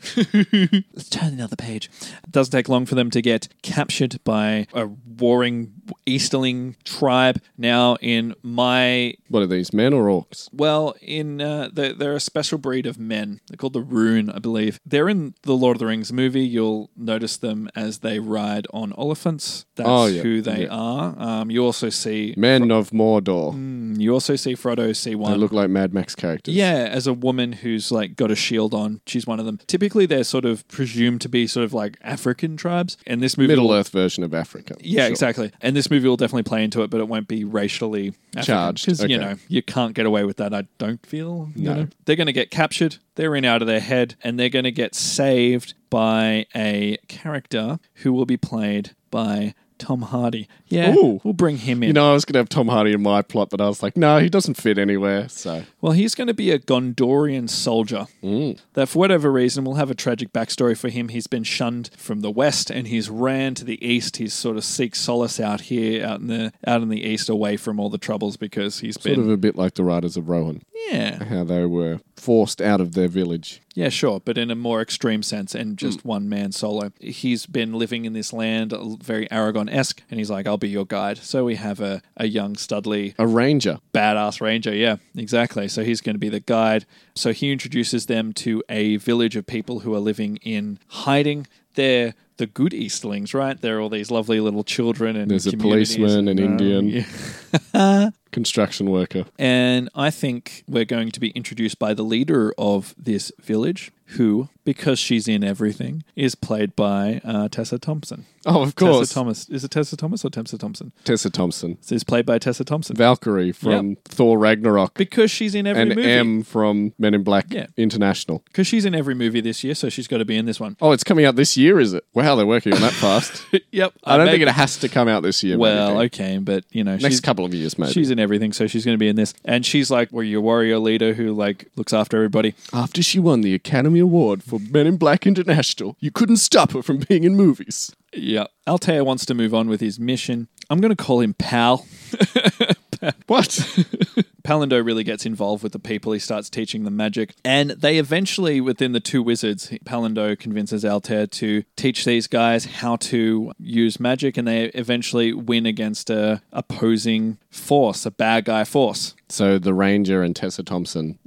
Speaker 1: Let's turn another page. It doesn't take long for them to get captured by a warring Easterling tribe. Now, in my
Speaker 2: What are these, men or orcs?
Speaker 1: well, in uh, they're, they're a special breed of men. They're called the Rune, I believe. They're in the Lord of the Rings movie. You'll notice them as they ride on elephants. That's
Speaker 2: Oh, yeah.
Speaker 1: who they
Speaker 2: Yeah.
Speaker 1: are. Um, you also see
Speaker 2: Men of Mordor.
Speaker 1: you also see Frodo see
Speaker 2: They
Speaker 1: one.
Speaker 2: look like Mad Max characters.
Speaker 1: Mm. Yeah, as a woman who's like got a shield on, she's one of them. Typically, they're sort of presumed to be sort of like African tribes, and this movie
Speaker 2: Middle Earth version of Africa.
Speaker 1: Yeah,
Speaker 2: Sure.
Speaker 1: exactly. And this movie will definitely play into it, but it won't be racially African,
Speaker 2: Charged,
Speaker 1: 'cause,
Speaker 2: okay.
Speaker 1: You know, you can't get away with that. I don't feel. You
Speaker 2: No.
Speaker 1: know? They're going to get captured. They're in out of their head, and they're going to get saved by a character who will be played by Tom Hardy. Yeah,
Speaker 2: Ooh.
Speaker 1: we'll bring him in.
Speaker 2: You know, I was going to have Tom Hardy in my plot, but I was like, no, he doesn't fit anywhere. So
Speaker 1: Well, he's going to be a Gondorian soldier.
Speaker 2: Mm.
Speaker 1: That, for whatever reason, will have a tragic backstory for him. He's been shunned from the west, and he's ran to the east. He's sort of seeks solace out here, out in the out in the east, away from all the troubles, because he's
Speaker 2: sort
Speaker 1: been
Speaker 2: of a bit like the Riders of Rohan,
Speaker 1: yeah,
Speaker 2: how they were forced out of their village.
Speaker 1: yeah, sure, but in a more extreme sense,
Speaker 2: Mm.
Speaker 1: and just one man solo. He's been living in this land, uh, very Aragon esque, and he's like, "I'll be your guide." So we have a a young Studley
Speaker 2: A ranger.
Speaker 1: badass ranger. Yeah, exactly. So he's going to be the guide. So he introduces them to a village of people who are living in hiding. They're the good Eastlings, right? They're all these lovely little children and
Speaker 2: There's a
Speaker 1: communities.
Speaker 2: policeman, an
Speaker 1: Um,
Speaker 2: Indian.
Speaker 1: yeah.
Speaker 2: Construction worker.
Speaker 1: And I think we're going to be introduced by the leader of this village. who, because she's in everything, is played by uh, Tessa Thompson.
Speaker 2: Oh, of course.
Speaker 1: Tessa Thomas. Is it Tessa Thomas or Tessa Thompson?
Speaker 2: Tessa Thompson.
Speaker 1: It's played by Tessa Thompson.
Speaker 2: Valkyrie from Thor Ragnarok.
Speaker 1: because she's in every
Speaker 2: And
Speaker 1: movie.
Speaker 2: M from Men in Black
Speaker 1: Yeah.
Speaker 2: International.
Speaker 1: because she's in every movie this year, so she's got to be in this one.
Speaker 2: Oh, it's coming out this year, is it? Wow, they're working on that fast.
Speaker 1: Yep.
Speaker 2: I don't think it has to come out this year.
Speaker 1: Well,
Speaker 2: maybe.
Speaker 1: okay, but you know,
Speaker 2: next
Speaker 1: she's,
Speaker 2: couple of years, maybe.
Speaker 1: she's in everything, so she's going to be in this. And she's like, well, your warrior leader who like looks after everybody.
Speaker 2: After she won the Academy Award for Men in Black International, you couldn't stop her from being in movies.
Speaker 1: Yeah. Altair wants to move on with his mission. I'm going to call him Pal.
Speaker 2: What?
Speaker 1: Palindo really gets involved with the people. He starts teaching them magic. And they eventually, within the two wizards, Palindo convinces Altair to teach these guys how to use magic. And they eventually win against a opposing force, a bad guy force,
Speaker 2: so the Ranger and Tessa Thompson.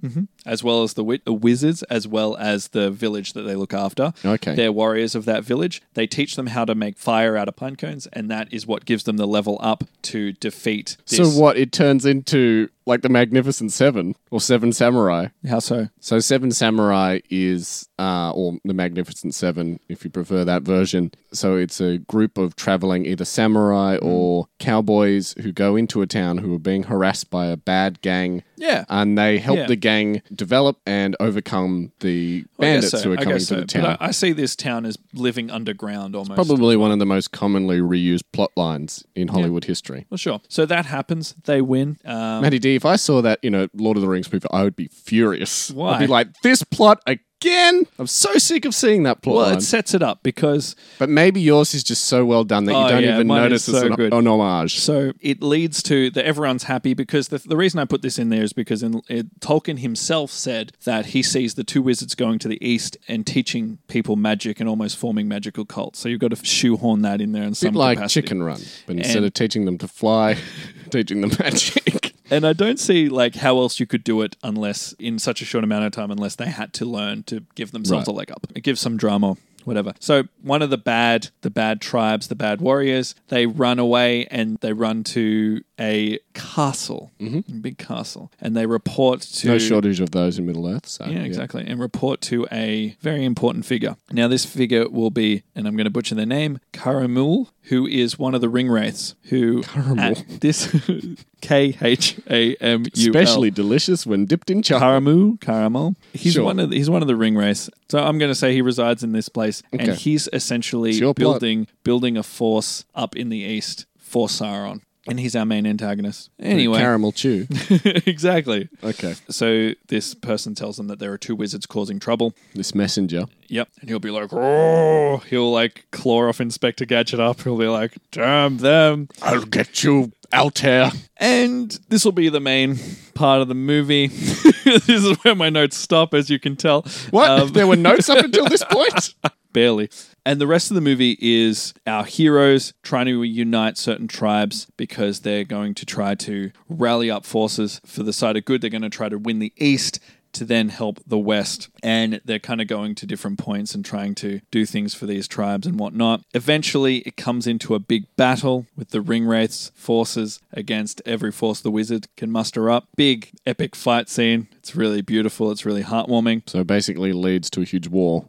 Speaker 1: as well as the wi- the wizards, as well as the village that they look after.
Speaker 2: Okay.
Speaker 1: They're warriors of that village. They teach them how to make fire out of pine cones. And that is what gives them the level up to defeat this.
Speaker 2: So what? It turns into like the Magnificent Seven or Seven Samurai.
Speaker 1: How so?
Speaker 2: So Seven Samurai is, uh, or the Magnificent Seven, if you prefer that version. So it's a group of traveling either samurai
Speaker 1: Mm.
Speaker 2: or cowboys who go into a town who are being harassed by a bad gang.
Speaker 1: Yeah.
Speaker 2: And they help
Speaker 1: Yeah.
Speaker 2: the gang develop and overcome
Speaker 1: I
Speaker 2: the
Speaker 1: guess
Speaker 2: bandits
Speaker 1: so,
Speaker 2: who are
Speaker 1: I
Speaker 2: coming
Speaker 1: guess
Speaker 2: to
Speaker 1: so.
Speaker 2: the town.
Speaker 1: But I, I see this town as living underground almost.
Speaker 2: Probably one of the most commonly reused plot lines in Hollywood history.
Speaker 1: Well, sure. So that happens. They win. Um,
Speaker 2: Matty D, if I saw that, you know, Lord of the Rings movie, I would be furious.
Speaker 1: Why?
Speaker 2: I'd be like, this plot again? I'm so sick of seeing that plot
Speaker 1: well,
Speaker 2: line.
Speaker 1: it sets it up because
Speaker 2: But maybe yours is just so well done that
Speaker 1: Oh,
Speaker 2: you don't
Speaker 1: yeah,
Speaker 2: even
Speaker 1: mine
Speaker 2: notice
Speaker 1: is
Speaker 2: it's
Speaker 1: so
Speaker 2: an,
Speaker 1: good.
Speaker 2: an homage.
Speaker 1: so it leads to that everyone's happy because the, the reason I put this in there is because in, it, Tolkien himself said that he sees the two wizards going to the east and teaching people magic and almost forming magical cults. So you've got to shoehorn that in there in some
Speaker 2: Bit like
Speaker 1: capacity.
Speaker 2: Chicken Run, but instead of teaching them to fly, teaching them magic.
Speaker 1: And I don't see like how else you could do it unless in such a short amount of time, unless they had to learn to give themselves a leg up. It gives some drama, whatever. So one of the bad, the bad tribes, the bad warriors, they run away and they run to a castle, a big castle, and they report to
Speaker 2: No shortage of those in Middle Earth. So
Speaker 1: yeah, exactly. And report to a very important figure. Now, this figure will be, and I'm going to butcher their name, Karamul, who is one of the ring wraiths. Who
Speaker 2: Karamul.
Speaker 1: at this K H A M U L.
Speaker 2: Especially delicious when dipped in chocolate.
Speaker 1: Karamu, Karamul. He's
Speaker 2: Sure.
Speaker 1: one of the, he's one of the ring race. So I'm going to say he resides in this place, and
Speaker 2: Okay.
Speaker 1: he's essentially
Speaker 2: your plot.
Speaker 1: building building a force up in the east for Sauron, and he's our main antagonist. Anyway,
Speaker 2: Caramel chew.
Speaker 1: exactly.
Speaker 2: Okay.
Speaker 1: So this person tells them that there are two wizards causing trouble.
Speaker 2: This messenger.
Speaker 1: Yep, and he'll be like, "Oh!" He'll like claw off Inspector Gadget up. He'll be like, "Damn them!"
Speaker 2: I'll get you out here.
Speaker 1: And this will be the main part of the movie. this is where my notes stop, as you can tell.
Speaker 2: What?
Speaker 1: Um,
Speaker 2: there were notes up until this point?
Speaker 1: barely. And the rest of the movie is our heroes trying to unite certain tribes because they're going to try to rally up forces for the side of good. They're going to try to win the East to then help the West. And they're kind of going to different points and trying to do things for these tribes and whatnot. Eventually, it comes into a big battle with the Ring Wraith's forces against every force the wizard can muster up. Big, epic fight scene. It's really beautiful. It's really heartwarming.
Speaker 2: So basically leads to a huge war,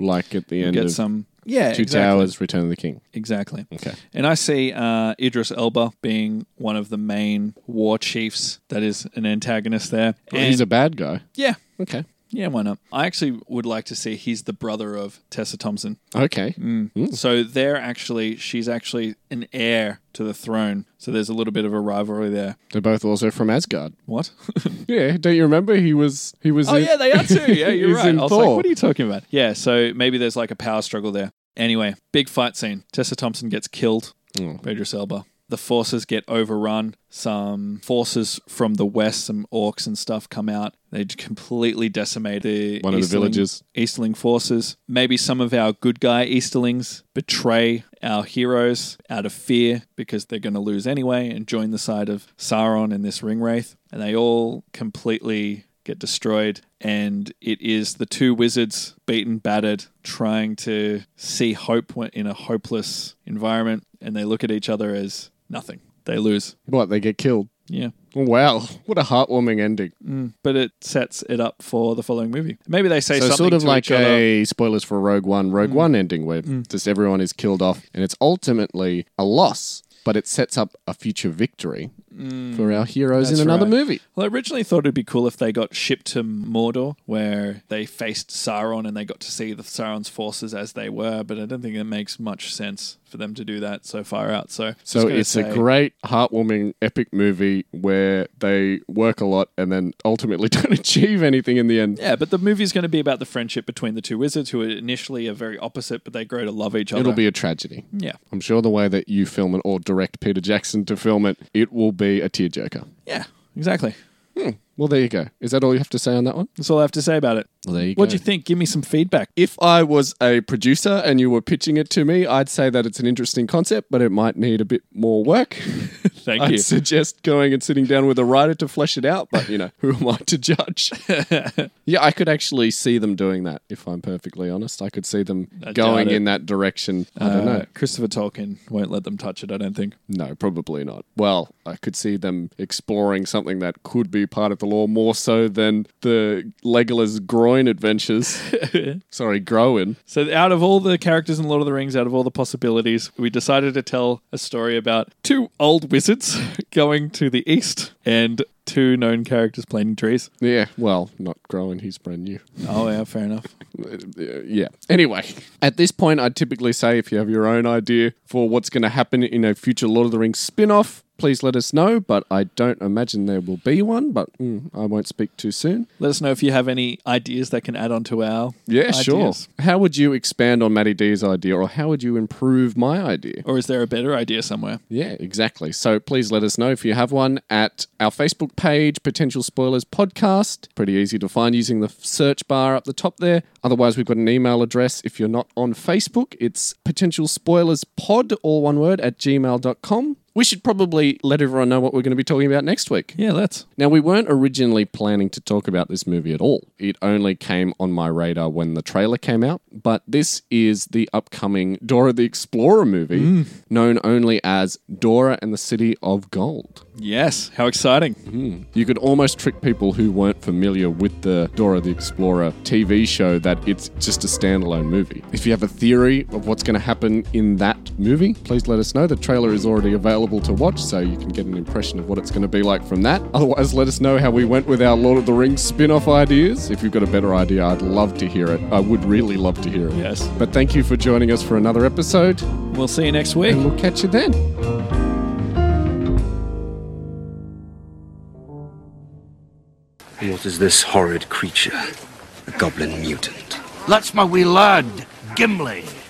Speaker 2: like at the end
Speaker 1: Mm-hmm. Get
Speaker 2: of
Speaker 1: some. Yeah,
Speaker 2: Two Towers, Return of the King.
Speaker 1: Exactly.
Speaker 2: Okay.
Speaker 1: And I see uh, Idris Elba being one of the main war chiefs that is an antagonist there. And
Speaker 2: Oh, He's a bad guy.
Speaker 1: yeah,
Speaker 2: Okay.
Speaker 1: yeah, why not? I actually would like to see he's the brother of Tessa Thompson.
Speaker 2: Okay.
Speaker 1: Mm. So they're actually, she's actually an heir to the throne. So there's a little bit of a rivalry there.
Speaker 2: They're both also from Asgard.
Speaker 1: What?
Speaker 2: Yeah, don't you remember? He was he was.
Speaker 1: oh,
Speaker 2: in-
Speaker 1: yeah, they are too. Yeah, you're
Speaker 2: He's
Speaker 1: right. I
Speaker 2: in
Speaker 1: was
Speaker 2: Thor.
Speaker 1: like, what are you talking about? Yeah, so maybe there's like a power struggle there. Anyway, big fight scene. Tessa Thompson gets killed.
Speaker 2: Mm.
Speaker 1: Pedro Selba. The forces get overrun. Some forces from the west, some orcs and stuff, come out. They j- completely decimate the
Speaker 2: One of the
Speaker 1: Easterling-
Speaker 2: villages.
Speaker 1: Easterling forces. Maybe some of our good guy Easterlings betray our heroes out of fear because they're going to lose anyway and join the side of Sauron and this ring wraith. And they all completely get destroyed. And it is the two wizards, beaten, battered, trying to see hope when- in a hopeless environment. And they look at each other as nothing. They lose.
Speaker 2: What they get killed? Oh,
Speaker 1: Yeah.
Speaker 2: Wow, what a heartwarming ending.
Speaker 1: but it sets it up for the following movie. Maybe they say
Speaker 2: So
Speaker 1: something
Speaker 2: sort of
Speaker 1: to
Speaker 2: like
Speaker 1: each other. Mm.
Speaker 2: a spoilers for Rogue One, Rogue One ending where just everyone is killed off and it's ultimately a loss, but it sets up a future victory for our heroes in another
Speaker 1: Mm. right.
Speaker 2: movie.
Speaker 1: Well, I originally thought it'd be cool if they got shipped to Mordor, where they faced Sauron and they got to see the Sauron's forces as they were. But I don't think it makes much sense for them to do that so far out. So, just
Speaker 2: So
Speaker 1: gonna
Speaker 2: it's
Speaker 1: say-
Speaker 2: a great, heartwarming, epic movie where they work a lot and then ultimately don't achieve anything in the end.
Speaker 1: yeah. But the movie's going to be about the friendship between the two wizards, who are initially are very opposite, but they grow to love each other.
Speaker 2: It'll be a tragedy.
Speaker 1: yeah,
Speaker 2: I'm sure the way that you film it or direct Peter Jackson to film it, it will be a tearjerker.
Speaker 1: yeah, exactly.
Speaker 2: Well, there you go. Is that all you have to say on that one?
Speaker 1: That's all I have to say about it.
Speaker 2: Well, there you
Speaker 1: What do you think? Give me some feedback.
Speaker 2: if I was a producer and you were pitching it to me, I'd say that it's an interesting concept, but it might need a bit more work.
Speaker 1: Thank
Speaker 2: I'd
Speaker 1: you.
Speaker 2: suggest going and sitting down with a writer to flesh it out, but you know, who am I to judge? yeah, I could actually see them doing that, if I'm perfectly honest. I could see them
Speaker 1: doubt
Speaker 2: going
Speaker 1: it.
Speaker 2: in that direction. I don't
Speaker 1: Uh,
Speaker 2: know.
Speaker 1: Christopher Tolkien won't let them touch it. I don't think.
Speaker 2: No, probably not. Well, I could see them exploring something that could be part of the law more so than the Legolas groin adventures. Sorry, groin.
Speaker 1: So, out of all the characters in Lord of the Rings, out of all the possibilities, we decided to tell a story about two old wizards going to the east and two known characters planting trees.
Speaker 2: Yeah, well, not growing. He's brand new.
Speaker 1: Oh, yeah, fair enough.
Speaker 2: Uh, yeah. Anyway, at this point, I'd typically say if you have your own idea for what's going to happen in a future Lord of the Rings spin off, please let us know. But I don't imagine there will be one, but mm, I won't speak too soon.
Speaker 1: Let us know if you have any ideas that can add on to our.
Speaker 2: Yeah, sure.
Speaker 1: ideas.
Speaker 2: How would you expand on Matty D's idea, or how would you improve my idea?
Speaker 1: Or is there a better idea somewhere?
Speaker 2: Yeah, exactly. So please let us know if you have one at our Facebook page, Potential Spoilers Podcast. Pretty easy to find using the f- search bar up the top there. Otherwise, we've got an email address. If you're not on Facebook, it's Potential Spoilers Pod, all one word, at gmail.com. We should probably let everyone know what we're going to be talking about next week.
Speaker 1: Yeah, let's.
Speaker 2: Now, we weren't originally planning to talk about this movie at all. It only came on my radar when the trailer came out. But this is the upcoming Dora the Explorer movie, known only as Dora and the City of Gold.
Speaker 1: Yes, how exciting.
Speaker 2: You could almost trick people who weren't familiar with the Dora the Explorer TV show that it's just a standalone movie. If you have a theory of what's going to happen in that movie, please let us know. The trailer is already available to watch, so you can get an impression of what it's going to be like from that. Otherwise, let us know how we went with our Lord of the Rings spin off ideas. If you've got a better idea, I'd love to hear it. I would really love to hear it.
Speaker 1: Yes.
Speaker 2: But thank you for joining us for another episode,
Speaker 1: We'll see you next week.
Speaker 2: and we'll catch you then.
Speaker 3: What is this horrid creature? A goblin mutant.
Speaker 4: That's my wee lad, Gimli.